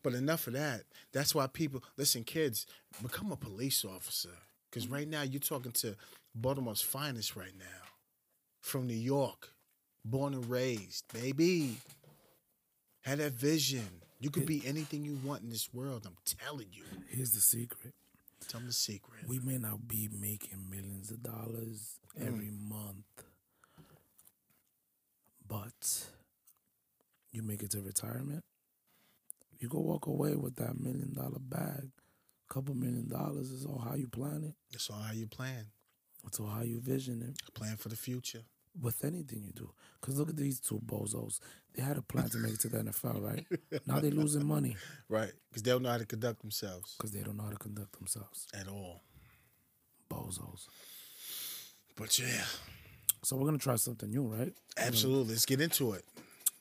B: But enough of that. That's why people, listen, kids, become a police officer. Because right now, you're talking to Baltimore's finest right now from New York, born and raised, baby. Had that vision. You could be anything you want in this world. I'm telling you.
A: Here's the secret:
B: Tell them the secret.
A: we may not be making millions of dollars every month, but you make it to retirement. You go walk away with that million dollar bag. Couple million dollars is all how you plan it.
B: That's all how you plan.
A: It's all how you vision it.
B: Plan for the future.
A: with anything you do. Because look at these two bozos. They had a plan to make it to the NFL, right? now they're losing money
B: Right. Because they don't know how to conduct themselves
A: because they don't know how to conduct themselves.
B: at all.
A: Bozos.
B: But yeah.
A: So we're going to try something new, right?
B: Absolutely. Let's get into it.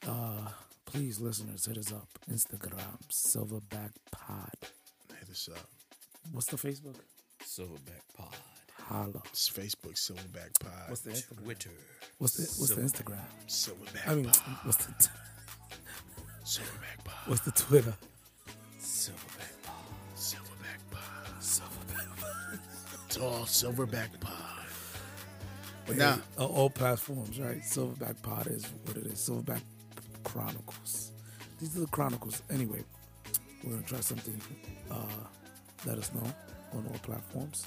A: Uh, Please, listeners, hit us up. Instagram, Silverback Pod.
B: Hit us up.
A: What's the Facebook?
C: Silverback Pod.
A: Holla.
B: It's Facebook Silverback Pod.
A: What's the Instagram?
C: Twitter.
A: What's the, what's the Instagram?
B: Silverback
A: I mean,
B: Pod.
A: what's the t-
B: Silverback Pod.
A: what's the Twitter?
B: Silverback Pod. Silverback Pod.
A: Silverback.
B: Tall Silverback Pod. But
A: Yeah,
B: now,
A: on uh, all platforms, right? Silverback Pod is what it is. Silverback Chronicles. These are the chronicles. Anyway, we're gonna try something. Uh, let us know on all platforms.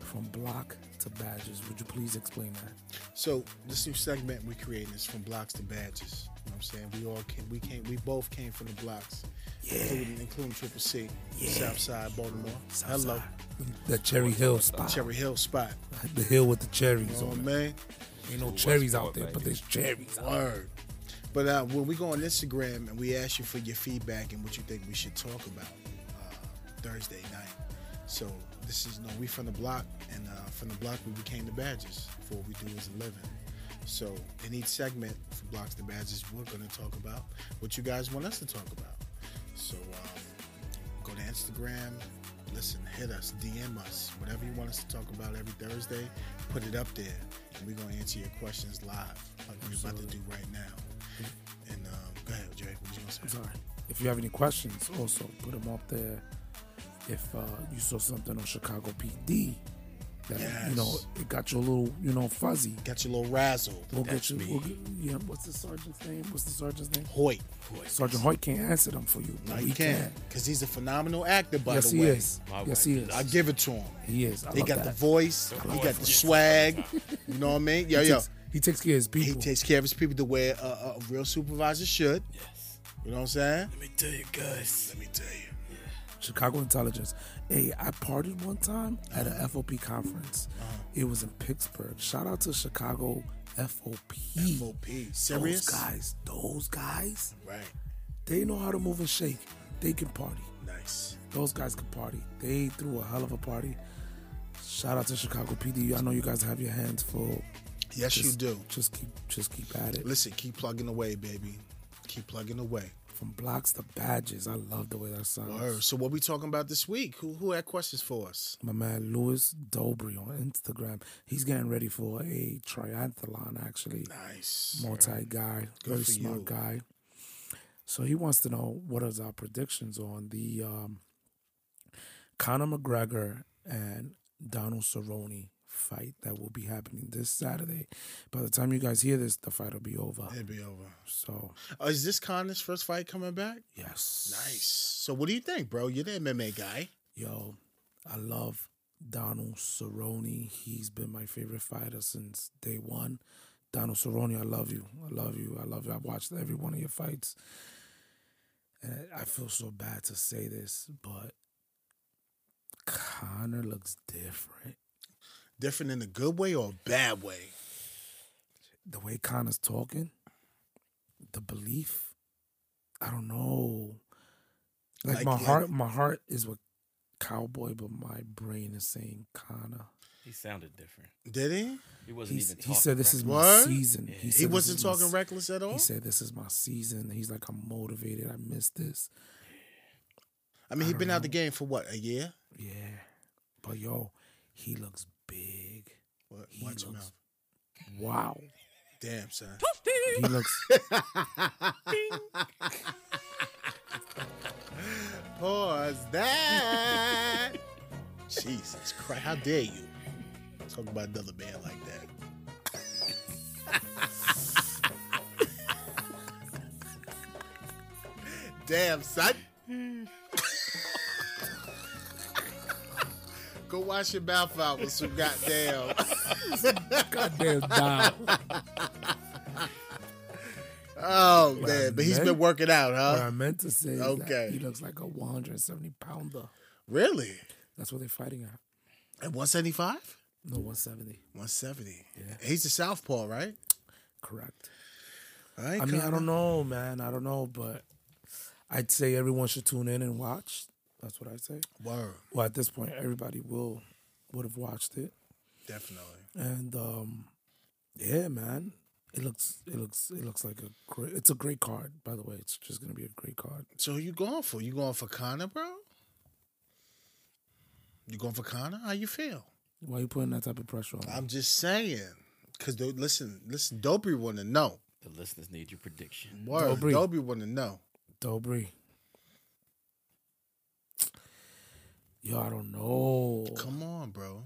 A: From block to badges. Would you please explain that?
B: so this new segment we creating is from blocks to badges. You know what I'm saying? We all came, we came, we both came from the blocks, including, including Triple C, Southside, Baltimore. Hello,
A: The Cherry Hill spot.
B: Cherry Hill spot.
A: The hill with the cherries
B: Oh
A: on it.
B: man,
A: Ain't no cherries out there, but there's cherries. out there.
B: word. But uh, when we go on Instagram and we ask you for your feedback and what you think we should talk about uh, Thursday night. So this is no, we from the block, and uh, from the block we became the badges for what we do is a living. So in each segment for blocks to badges, we're going to talk about what you guys want us to talk about. So um, go to Instagram. Listen, hit us, DM us, whatever you want us to talk about every Thursday, put it up there, and we're gonna answer your questions live, like we're about to do right now. And um, go ahead, Jay. What you gonna say?
A: I'm sorry. If you have any questions, also put them up there. If uh, you saw something on Chicago PD that you
B: Yes.
A: know it got you a little you know fuzzy,
B: Got your little razzle,
A: we'll get
C: That's
A: you.
C: me.
A: We'll get, yeah, what's the sergeant's name? What's the sergeant's name?
B: Hoyt.
A: Sergeant Hoyt can't answer them for you.
B: No,
A: but
B: he
A: we
B: can't, cause he's a phenomenal actor. By
A: Yes,
B: the
A: he
B: way,
A: is.
C: My
A: Yes,
C: wife
A: he
C: is
A: is.
B: I give it to him.
A: He is. I
B: He
A: love
B: got the
A: that.
B: voice.
C: Don't
B: He
C: go
B: got
C: for
B: the
C: it.
B: swag. You know what I mean? Yo,
A: He
B: yo.
A: takes, he takes care of his
B: He
A: people.
B: takes care of his people the way a, a a real supervisor should.
C: Yes.
B: You know what I'm saying?
C: Let me tell you guys.
B: Let me tell you.
A: Chicago intelligence. Hey, I partied one time at an FOP conference.
B: Uh-huh.
A: It was in Pittsburgh. Shout out to Chicago FOP.
B: FOP.
A: Those
B: Serious?
A: guys, those guys,
B: Right.
A: they know how to move and shake. They can party.
B: Nice.
A: Those guys can party. They threw a hell of a party. Shout out to Chicago PD. I know you guys have your hands full.
B: Yes, you
A: Just-
B: do.
A: Just keep, just keep at it.
B: Listen, keep plugging away, baby. Keep plugging away.
A: From blocks to badges. I love the way that sounds.
B: Word. So what we talking about this week? Who who had questions for us?
A: my man Louis Dobry on Instagram. He's getting ready for a triathlon, actually.
B: Nice.
A: Multi guy, very
B: for
A: smart
B: you.
A: guy. So he wants to know what is our predictions on the um, Conor McGregor and Donald Cerrone fight that will be happening this Saturday. By the time you guys hear this, the fight will be over.
B: It'd be over.
A: So
B: Uh, is this Connor's first fight coming back?
A: yes,
B: Nice. So what do you think, bro? You're the MMA guy.
A: Yo, I love Donald Cerrone. He's been my favorite fighter since day one. Donald Cerrone, I love you. I love you. I love you. I've watched every one of your fights. And I feel so bad to say this, but Connor looks different.
B: Different in a good way or a bad way?
A: The way Connor's talking, the belief, I don't know. Like,
B: Like-
A: my
B: like-
A: heart, my heart is with Cowboy, but my brain is saying Connor.
C: He sounded different.
B: Did he?
C: He wasn't
A: He,
C: even
A: he
C: talking.
A: said, "This is
C: correctly.
A: my
B: What?
A: season."
C: Yeah. He
A: said,
B: He
A: "This
B: wasn't
A: is my
B: talking
A: se-
B: reckless at all.
A: He said, "This is my season." He's like, "I'm motivated. I missed this."
B: I mean, he
A: I
B: been
A: don't
B: out the
A: know.
B: game for what a year?
A: Yeah, but yo, he looks big.
B: What,
A: He
B: watch your
A: looks-
B: mouth.
A: Wow,
B: Damn, son.
A: he looks.
B: Pause that. Jesus Christ! How dare you talk about another man like that? Damn, son. Go wash your mouth out with some goddamn.
A: Goddamn, dog.
B: Oh
A: What I
B: man, but he's
A: meant-
B: been working out,
A: What
B: huh?
A: I meant to say is
B: Okay.
A: that he looks like a 170 pounder.
B: Really?
A: That's what they're fighting at.
B: At 175?
A: No, 170.
B: 170.
A: Yeah.
B: He's a southpaw, right?
A: Correct.
B: All right,
A: I mean, I
B: Connor.
A: don't know, man. I don't know, but I'd say everyone should tune in and watch. That's what I'd say.
B: Word,
A: Well, at this point, everybody will would have watched it.
B: definitely.
A: and um yeah man it looks it looks it looks like a great it's a great card by the way it's just gonna be a great card
B: So who you going for? You going for Connor, bro? You going for Connor? How you feel?
A: Why you putting that type of pressure on? me?
B: I'm just saying. Cause they, listen, listen, Dopey wanna know.
C: The listeners need your prediction.
B: Word,
A: Dobry.
B: Dopey wanna know.
A: Dobry. Yo, I don't know.
B: Come on, bro.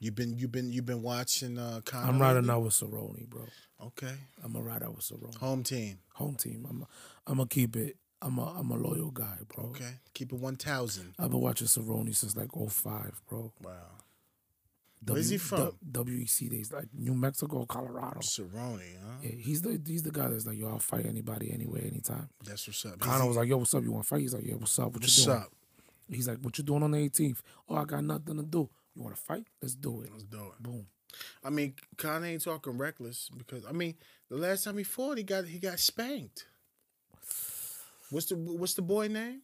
B: You've been you've been you've been watching uh Conor
A: I'm riding
B: lately?
A: out with Cerrone, bro.
B: Okay.
A: I'm a ride out with Cerrone.
B: Home team.
A: Home team. I'm. I'm gonna keep it. I'm a. I'm a loyal guy, bro.
B: Okay. Keep it one thousand.
A: I've been watching Cerrone since like 05, bro.
B: Wow.
A: W-
B: Where's he from?
A: W- WEC days, like New Mexico, Colorado.
B: Cerrone, huh?
A: Yeah, he's the he's the guy that's like, yo, I'll fight anybody, anywhere, anytime.
B: That's what's up.
A: Connor was like, yo, what's up? You want to fight? He's like, yeah, what's up? What
B: What's
A: you doing?
B: up?
A: He's like, what you doing on the 18th? Oh, I got nothing to do. You want to fight? Let's do it.
B: Let's do it.
A: Boom.
B: I mean, Kanye ain't talking reckless because I mean, the last time he fought, he got he got spanked. What's the what's the boy name?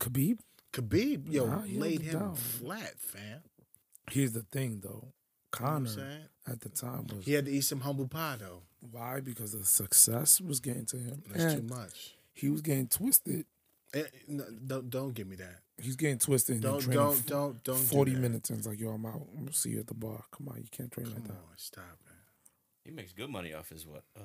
A: Khabib.
B: Khabib, yo,
A: Nah, he held
B: laid
A: it
B: him
A: down.
B: flat, fam.
A: Here's the thing, though.
B: You know what I'm
A: Connor
B: saying?
A: at the time was
B: He had to eat some humble pie though.
A: why because the success was getting to him.
B: That's too
A: and
B: much.
A: he was getting twisted.
B: Eh, no, don't don't give me that.
A: He's getting twisted. And then
B: Don't
A: training
B: don't
A: f-
B: don't don't. do
A: Forty
B: that.
A: minutes and it's like, yo, I'm out. I'm gonna see you at the bar. Come on, you can't train
B: Come
A: like that.
B: on, stop it.
C: He makes good money off his what? Uh,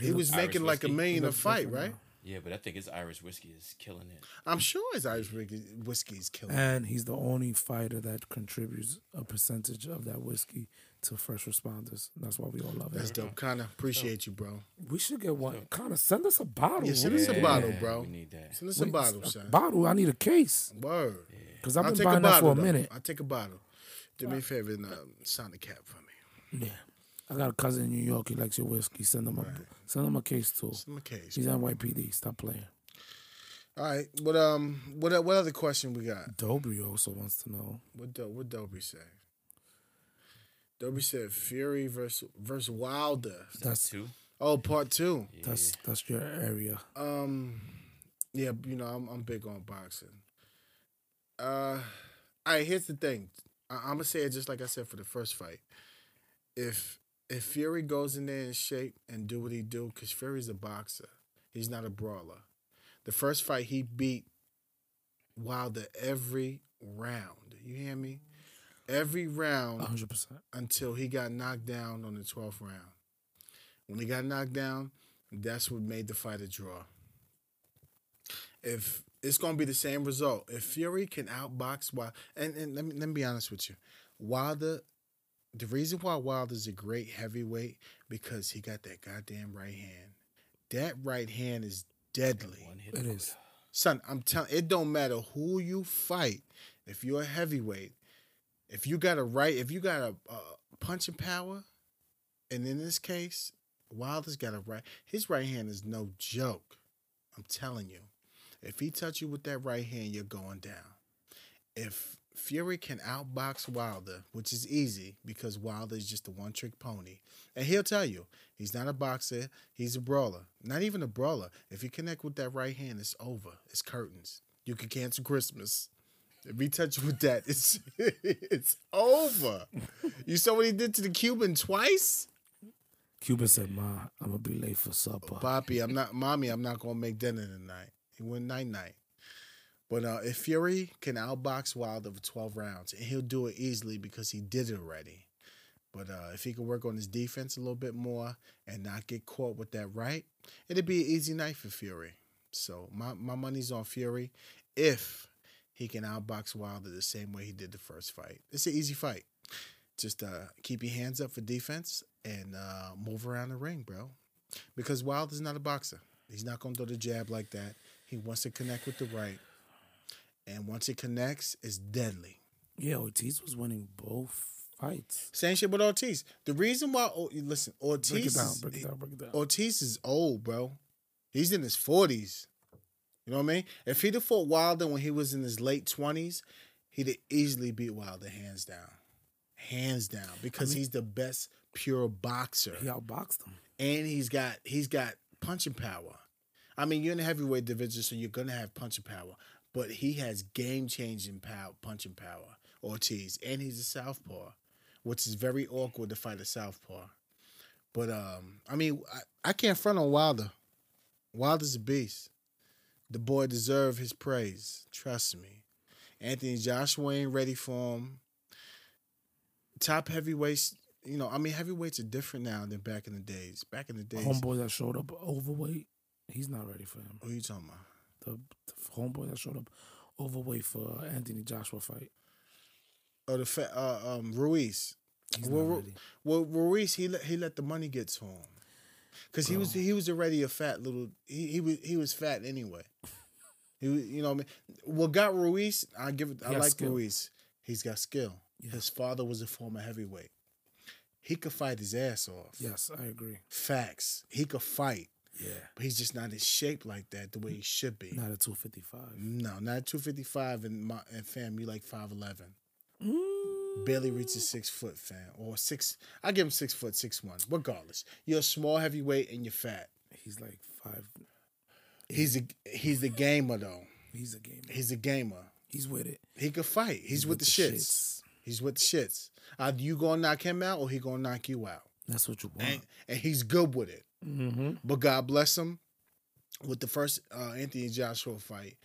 B: He was
C: Irish
B: making like a
C: whiskey.
B: million
A: He
B: a
A: looks
B: fight,
A: different
B: right?
C: yeah, but I think his Irish whiskey is killing it.
B: I'm sure his Irish whiskey- whiskey is killing. him.
A: And he's the only fighter that contributes a percentage of that whiskey to first responders. And that's why we all love
B: That's
A: it.
B: dope, Connor. Appreciate you, bro.
A: We should get one. Connor, send us a bottle.
B: Yeah, send
A: We-
B: us a
C: Yeah,
B: bottle, bro.
C: We need that.
B: Send us a
A: we-
B: bottle,
A: a
B: son.
A: Bottle. I need a case
B: Word.
A: because I've
B: I'll
A: been
B: take a
A: buying that
B: bottle.
A: for a
B: though.
A: minute.
B: I'll take a bottle. Do me a favor and um, sign the cap for me.
A: Yeah, I got a cousin in New York. He likes your whiskey. Send him a send him a case too.
B: It's in my case.
A: He's NYPD. Stop playing.
B: All right. What um what what other question we got?
A: Dobry also wants to know.
B: What Do, what Dobie say? Dobie said Fury versus versus Wilder.
A: That's
C: Two.
B: Oh, part two.
A: that's that's your area.
B: Um, yeah, you know I'm I'm big on boxing. Uh, all right. Here's the thing. I, I'm gonna say it just like I said for the first fight. If if Fury goes in there in shape and do what he do, because Fury's a boxer. He's not a brawler. The first fight he beat Wilder every round. You hear me? Every round
A: hundred percent.
B: until he got knocked down on the 12th round. When he got knocked down, that's what made the fight a draw. If it's going to be the same result, if Fury can outbox Wilder, and, and let, me, let me be honest with you, Wilder, the reason why Wilder's a great heavyweight because he got that goddamn right hand. That right hand is deadly.
C: One hit.
A: It is.
B: Son, I'm telling it don't matter who you fight. If you're a heavyweight, if you got a right, if you got a, a punching power, and in this case, Wilder's got a right. His right hand is no joke. I'm telling you. If he touch you with that right hand, you're going down. If Fury can outbox Wilder, which is easy because Wilder is just a one trick pony, and he'll tell you he's not a boxer, he's a brawler. Not even a brawler. If you connect with that right hand, it's over. It's curtains. You can cancel Christmas. If he touch you with that, it's it's over. You saw what he did to the Cuban twice?
A: Cuban said, "Ma, I'm gonna be late for supper."
B: Poppy, I'm not mommy, I'm not gonna make dinner tonight. He went night night. But uh, if Fury can outbox Wilder for 12 rounds, and he'll do it easily because he did it already. But uh, if he can work on his defense a little bit more and not get caught with that right, it'd be an easy night for Fury. So my, my money's on Fury if he can outbox Wilder the same way he did the first fight. It's an easy fight. Just uh, keep your hands up for defense and uh, move around the ring, bro. Because Wilder's not a boxer. He's not going to throw the jab like that. He wants to connect with the right. And once it connects, it's deadly.
A: Yeah, Ortiz was winning both fights.
B: Same shit with Ortiz. The reason why, oh, listen,
A: Break
B: Ortiz,
A: it down.
B: is-
A: Break it down. Break it down.
B: Ortiz is old, bro. He's in his forties. You know what I mean? If he'd have fought Wilder when he was in his late twenties, he'd have easily beat Wilder hands down, hands down, because he's the best pure boxer,
A: He outboxed him.
B: and he's got he's got punching power. I mean, you're in the heavyweight division, so you're gonna have punching power, but he has game changing power, punching power. Ortiz, and he's a southpaw, which is very awkward to fight a southpaw. But um, I mean, I, I can't front on Wilder. Wilder's a beast. The boy deserved his praise. Trust me. Anthony Joshua ain't ready for him. Top heavyweights, you know, I mean, heavyweights are different now than back in the days. Back in the days,
A: Homeboy that showed up overweight, he's not ready for him.
B: who you talking about?
A: The, the homeboy that showed up overweight for Anthony Joshua fight,
B: Oh, the fa- uh, um, Ruiz.
A: he's
B: Well,
A: not
B: Ru-
A: ready.
B: Well, Ruiz he let, he let the money get to him, cause he was he was already a fat little he he was he was fat anyway. He was, you know what I mean. What got Ruiz? I give it. I
A: got
B: like
A: skill.
B: Ruiz. He's got skill.
A: Yeah.
B: His father was a former heavyweight. He could fight his ass off.
A: Yes, I agree.
B: Facts. He could fight,
A: Yeah,
B: but he's just not in shape like that the way
A: Mm.
B: he should be.
A: not at two fifty five.
B: No, not two fifty five and my and fam. You like five eleven.
A: Mm.
B: barely reaches six foot, fam, or six. I give him six foot, six one. Regardless, you're a small heavyweight and you're fat.
A: He's like five.
B: He's a he's a gamer though.
A: He's a gamer.
B: He's a gamer.
A: He's with it.
B: He could fight. He's, with, the, shits. He's with the shits. Either you gonna knock him out or he gonna knock you out.
A: That's what you
B: And,
A: want.
B: and he's good with it.
A: Mm-hmm.
B: But God bless him with the first uh, Anthony Joshua fight.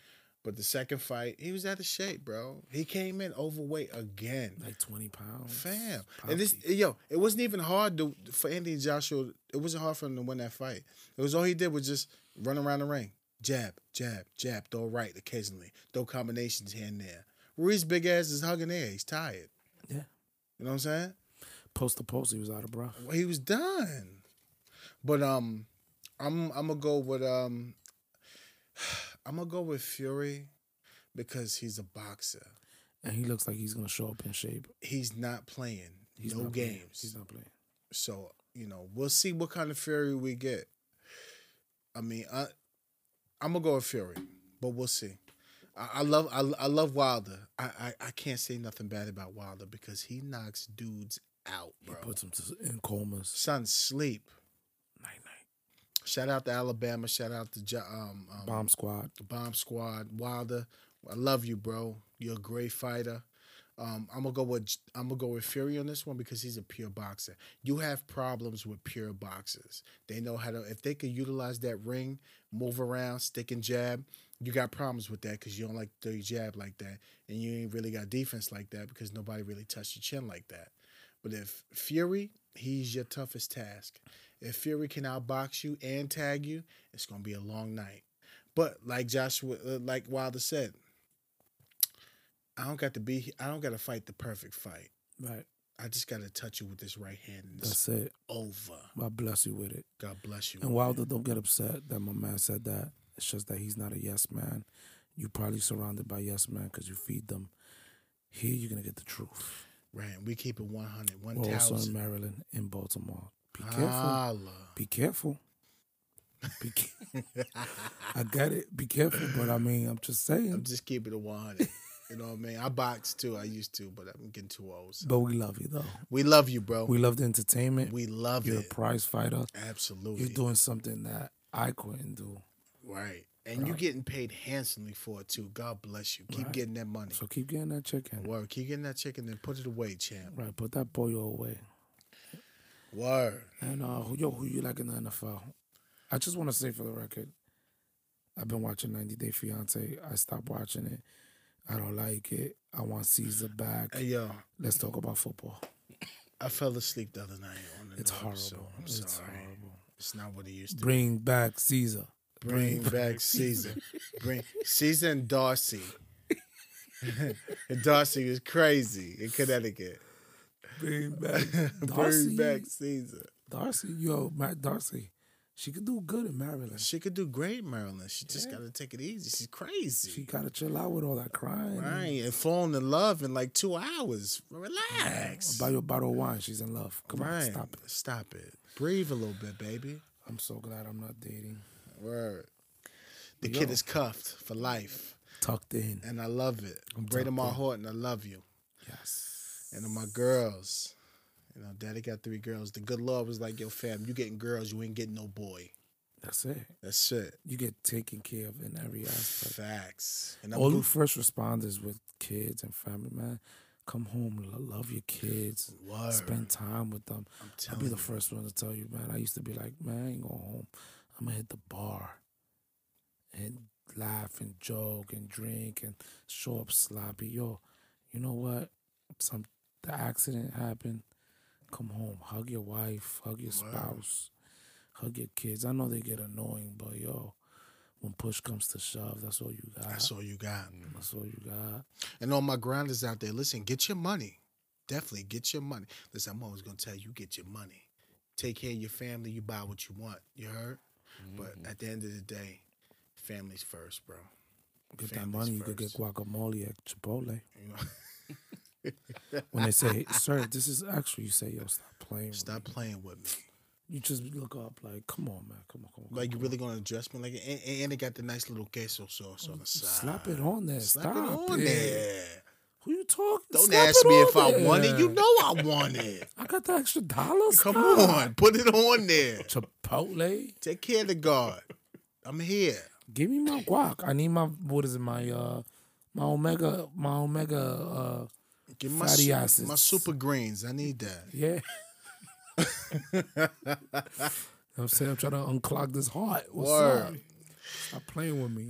B: But the second fight, he was out of shape, bro. He came in overweight again.
A: Like twenty pounds.
B: Fam,
A: Pound
B: and this
A: cake.
B: yo, it wasn't even hard to, for Anthony Joshua. It wasn't hard for him to win that fight. It was all he did was just run around the ring, jab, jab, jab, throw right occasionally, throw combinations here and there. Ruiz big ass is hugging air. He's tired.
A: Yeah.
B: you know what I'm saying.
A: Post to post, he was out of breath.
B: Well, he was done. But um, I'm I'm gonna go with um, I'm gonna go with Fury because he's a boxer.
A: And he looks like he's gonna show up in shape.
B: He's not playing
A: He's
B: no
A: not
B: games.
A: playing. He's not playing.
B: So you know, we'll see what kind of Fury we get. I mean, I I'm gonna go with Fury, but we'll see. I, I love I, I love Wilder. I, I I can't say nothing bad about Wilder because he knocks dudes out,
A: He
B: bro.
A: puts him to, in comas.
B: Son, sleep.
A: Night night.
B: Shout out to Alabama. Shout out to Jo- um, um
A: Bomb squad.
B: the Bomb Squad, Wilder. I love you, bro. You're a great fighter. Um, I'm gonna go with I'm gonna go with Fury on this one because he's a pure boxer. You have problems with pure boxers. They know how to if they could utilize that ring, move around, stick and jab. You got problems with that because you don't like to throw your jab like that, and you ain't really got defense like that because nobody really touched your chin like that. But if Fury, he's your toughest task. If Fury can outbox you and tag you, it's gonna be a long night. But like Joshua, uh, like Wilder said, I don't got to be. I don't got to fight the perfect fight.
A: Right.
B: I just got to touch you with this right hand, and it's
A: That's it.
B: over.
A: God bless you with it.
B: God bless you.
A: And Wilder, don't get upset that my man said that. It's just that he's not a yes man. you probably surrounded by yes man because you feed them. Here, you're going to get the truth.
B: right, and we keep it 100,
A: We're also in
B: 1,000.
A: Maryland, in Baltimore. Be
B: Ah.
A: careful.
B: Holla.
A: Be careful. Be ca- I got it. Be careful. But I mean, I'm just saying.
B: I'm just keeping it 100. you know what I mean? I box too. I used to, but I'm getting too old. so.
A: but we love you, though.
B: We love you,
A: We
B: bro. Oh, We,
A: love the entertainment.
B: love
A: you're a
B: it.
A: prize fighter.
B: Absolutely.
A: You're doing something that I couldn't do.
B: right. And you're getting paid handsomely for it too. God bless you. Keep
A: Right.
B: getting that money.
A: So keep getting that chicken.
B: Word. Keep getting that chicken and put it away, champ.
A: Right. Put that boy away.
B: Word.
A: And uh, who, yo, who you like in the NFL? I just want to say for the record, I've been watching 90 Day Fiance. I stopped watching it. I don't like it. I want Caesar back.
B: Hey, yo.
A: Let's talk about football.
B: I fell asleep the other night on the
A: It's
B: new
A: horrible.
B: episode. I'm
A: it's
B: sorry.
A: horrible.
B: It's not what it used to be.
A: Bring back Caesar.
B: Bring back Caesar. Bring Caesar and Darcy. And Darcy was crazy in Connecticut.
A: Bring back Darcy.
B: Bring back Caesar.
A: Darcy, yo, Matt Darcy. She could do good in Maryland.
B: She could do great, in Maryland. She just got to take it easy. She's crazy.
A: She gotta chill out with all that crying.
B: right. And falling in love in like two hours. Relax.
A: Buy your bottle of wine. She's in love. Come on,
B: right.
A: stop it.
B: Stop it. Breathe a little bit, baby.
A: I'm so glad I'm not dating.
B: Word. The kid is cuffed for life.
A: Tucked in.
B: And I love it. Great Amar Horton, I love you.
A: Yes.
B: and then my girls. You know, daddy got three girls. The good Lord was like, yo, fam, you getting girls, you ain't getting no boy.
A: That's it.
B: That's it.
A: you get taken care of in every aspect.
B: Facts. And I'm
A: All you
B: good-
A: first responders with kids and family, man, come home, lo- love your kids,
B: Word.
A: spend time with them.
B: I'm
A: I'll
B: telling
A: be
B: you.
A: the first one to tell you, man. I used to be like, man, I ain't going home. I'm gonna hit the bar and laugh and joke and drink and show up sloppy. Yo, you know what? Some the accident happened. Come home, hug your wife, hug your spouse, hug your kids. I know they get annoying, but yo, when push comes to shove, that's all you got.
B: That's all you got.
A: That's all you got.
B: And all my grinders out there, listen, get your money. Definitely get your money. Listen, I'm always gonna tell you, get your money. Take care of your family. You buy what you want. You heard?
C: Mm-hmm.
A: Mm-hmm.
B: But at the end of the day, family's first, bro.
A: Get that
B: Families
A: money, you could get
B: first.
A: guacamole at Chipotle.
B: You know,
A: When they say, "Sir, this is actually," you say, "Yo, stop playing." with
B: stop playing with me.
A: You just look up like, come on, man, come on, come on.
B: Like you really gonna dress me like, and, and and it got the nice little queso sauce on the side.
A: slap it on there.
B: Slap
A: Stop
B: it on there.
A: Who you talking?
B: Don't
A: Slap
B: ask
A: it
B: me
A: on
B: if I
A: there.
B: want it. You know I want it.
A: I got the extra dollars.
B: Come on, put it on there.
A: Chipotle.
B: Take care of the guard. I'm here.
A: Give me my guac. I need my what is it? My uh, my omega, my omega. uh
B: Give me my,
A: Fatty
B: su-
A: acids.
B: my super greens. I need that.
A: Yeah. You know what I'm saying I'm trying to unclog this heart. What's up?
B: Word.
A: Stop playing with me.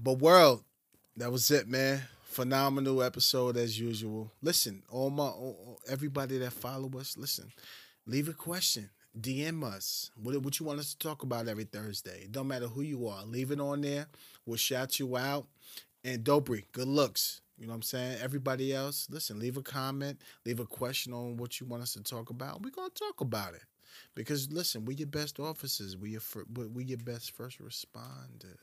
B: But world, that was it, man. Phenomenal episode as usual. Listen, all my all, all- everybody that follow us, listen, leave a question. DM us. What, what you want us to talk about every Thursday. It don't matter who you are. Leave it on there. We'll shout you out. And Dobry, good looks. You know what I'm saying? Everybody else, listen, leave a comment, leave a question on what you want us to talk about. We're gonna talk about it. Because listen, we're your best officers. We your fir- we we your best first responders.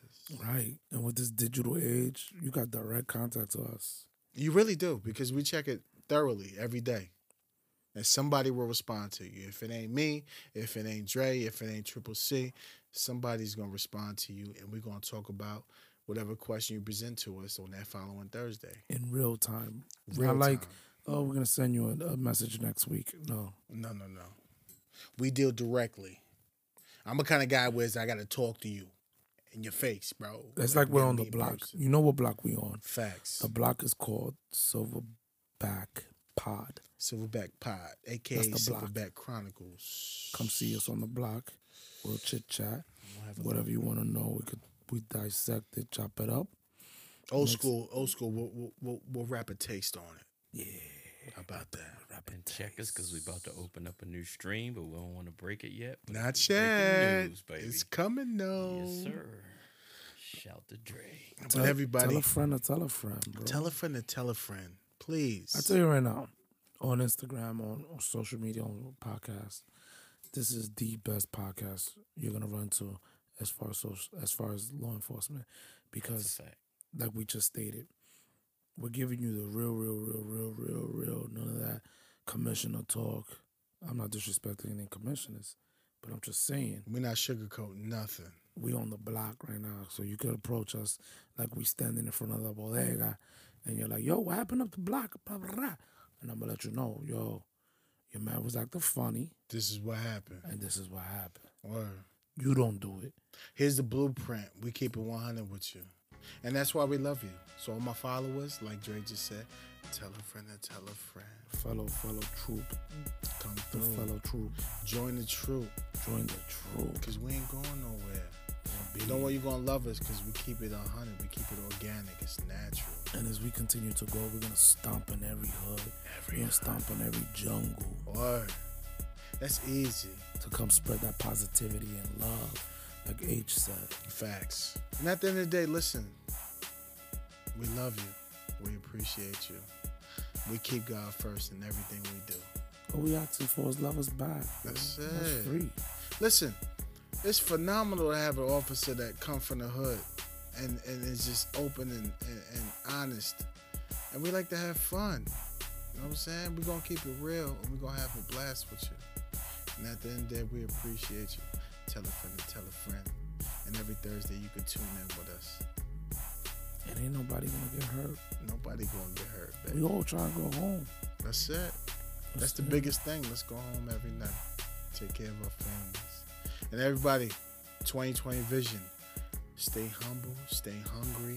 A: Right. And with this digital age, you got direct contact to us.
B: You really do because we check it thoroughly every day. And somebody will respond to you. If it ain't me, if it ain't Dre, if it ain't Triple C, somebody's going to respond to you and we're going to talk about whatever question you present to us on that following Thursday.
A: in real time.
B: Real
A: Not like,
B: time.
A: oh, we're gonna send you a, a message next week. No,
B: No, no, no. We deal directly. I'm the kind of guy where it's, I got to talk to you in your face, bro.
A: it's like we're
B: we
A: on the
B: meet
A: block.
B: person.
A: You know what block we on?
B: Facts.
A: The block is called Silverback Pod.
B: Silverback Pod, aka
A: That's the block.
B: Silverback Chronicles.
A: Come see us on the block. We'll chit chat.
B: have
A: Whatever you want to know, we could we dissect it, chop it up.
B: Old school, old school. We'll, we'll, we'll, we'll wrap a taste on it. Yeah. How about that?
C: And check us because we about to open up a new stream, but we don't want to break it yet. But
B: Not
C: it's
B: yet.
C: breaking news, baby.
B: it's coming though.
C: Yes, sir. Shout to Dre.
B: But
A: Tell-
B: everybody,
A: tell a friend to tell a friend, bro.
B: tell a friend to tell a friend, please.
A: I tell you right now, on Instagram, on, on social media, on podcast, this is the best podcast you're gonna run to as far as social, as far as law enforcement,
C: That's
A: because
C: a fact.
A: like we just stated, we're giving you the real, real, real, real, real, real. None of that commissioner talk. I'm not disrespecting any commissioners, but I'm just saying
B: We're not sugarcoating nothing.
A: we on the block right now, so you could approach us like we standing in front of the bodega, and you're like, "Yo, what happened up the block?" Blah, blah, blah. And I'm gonna let you know, yo, your man was acting funny,
B: This is what happened.
A: and this is what happened.
B: Word.
A: You don't do it.
B: Here's the blueprint. We keep it 100 with you. And that's why we love you. So, all my followers, like Dre just said, tell a friend to tell a friend.
A: Fellow, fellow troop,
B: Come
A: the
B: through.
A: fellow troop,
B: Join the troop
A: join the troop.
B: because we ain't going nowhere. You know why you're going to love us because we keep it 100. We keep it organic. It's natural.
A: And as we continue to go, we're gonna stomp in every hood,
B: Every
A: we're gonna stomp in every jungle
B: Word. That's easy.
A: to come spread that positivity and love, like H said.
B: Facts. And at the end of the day, listen, we love you. We appreciate you. We keep God first in everything we do.
A: All we asking for is love us back. you
B: That's
A: know? That's
B: it.
A: free.
B: Listen, it's phenomenal to have an officer that come from the hood and, and is just open and, and, and honest. And we like to have fun. You know what I'm saying? We're going to keep it real and we're going to have a blast with you. And at the end of the day, we appreciate you. Tell a friend to tell a friend. And every Thursday, you can tune in with us.
A: And ain't nobody gonna get hurt.
B: Nobody gonna get hurt,
A: We
B: baby.
A: all trying to go home.
B: That's it. That's the
A: it.
B: biggest thing. Let's go home every night. Take care of our families. And everybody, 2020 vision. Stay humble, stay hungry,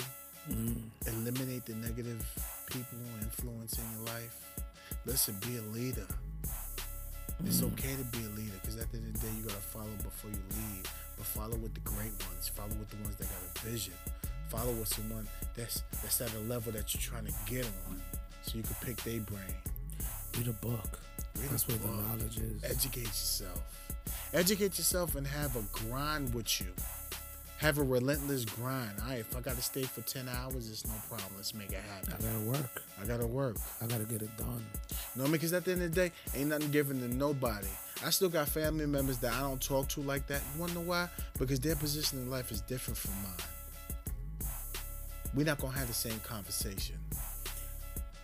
A: Mm.
B: eliminate the negative people influencing your life. Listen, be a leader. It's okay to be a leader because at the end of the day, you gotta follow before you lead. But follow with the great ones. Follow with the ones that got a vision. follow with someone that's that's at a level that you're trying to get on, so you can pick their brain.
A: Read a book.
B: Read a
A: That's where the
B: book.
A: knowledge is.
B: Educate yourself. Educate yourself and have a grind with you. Have a relentless grind. All right, if I got to stay for 10 hours, it's no problem. Let's make it happen.
A: I gotta work.
B: I got to work.
A: I gotta get it done.
B: You know what I mean? Because at the end of the day, ain't nothing given to nobody. I still got family members that I don't talk to like that. You wanna know why? Because their position in life is different from mine. We're not gonna have the same conversation.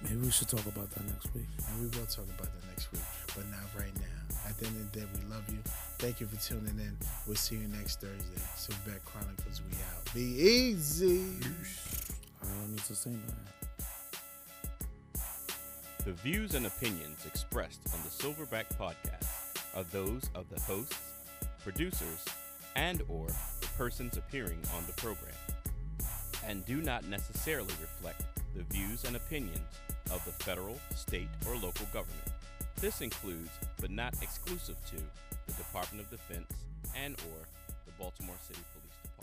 A: Maybe we should talk about that next week.
B: And we will talk about that next week, but not right now. At the end of the day, we love you. Thank you for tuning in. We'll see you next Thursday. Silverback Chronicles, we out. Be easy.
A: I don't need to say nothing.
C: The views and opinions expressed on the Silverback podcast are those of the hosts, producers, and or the persons appearing on the program and do not necessarily reflect the views and opinions of the federal, state, or local government. This includes but not exclusive to the Department of Defense and or the Baltimore City Police Department.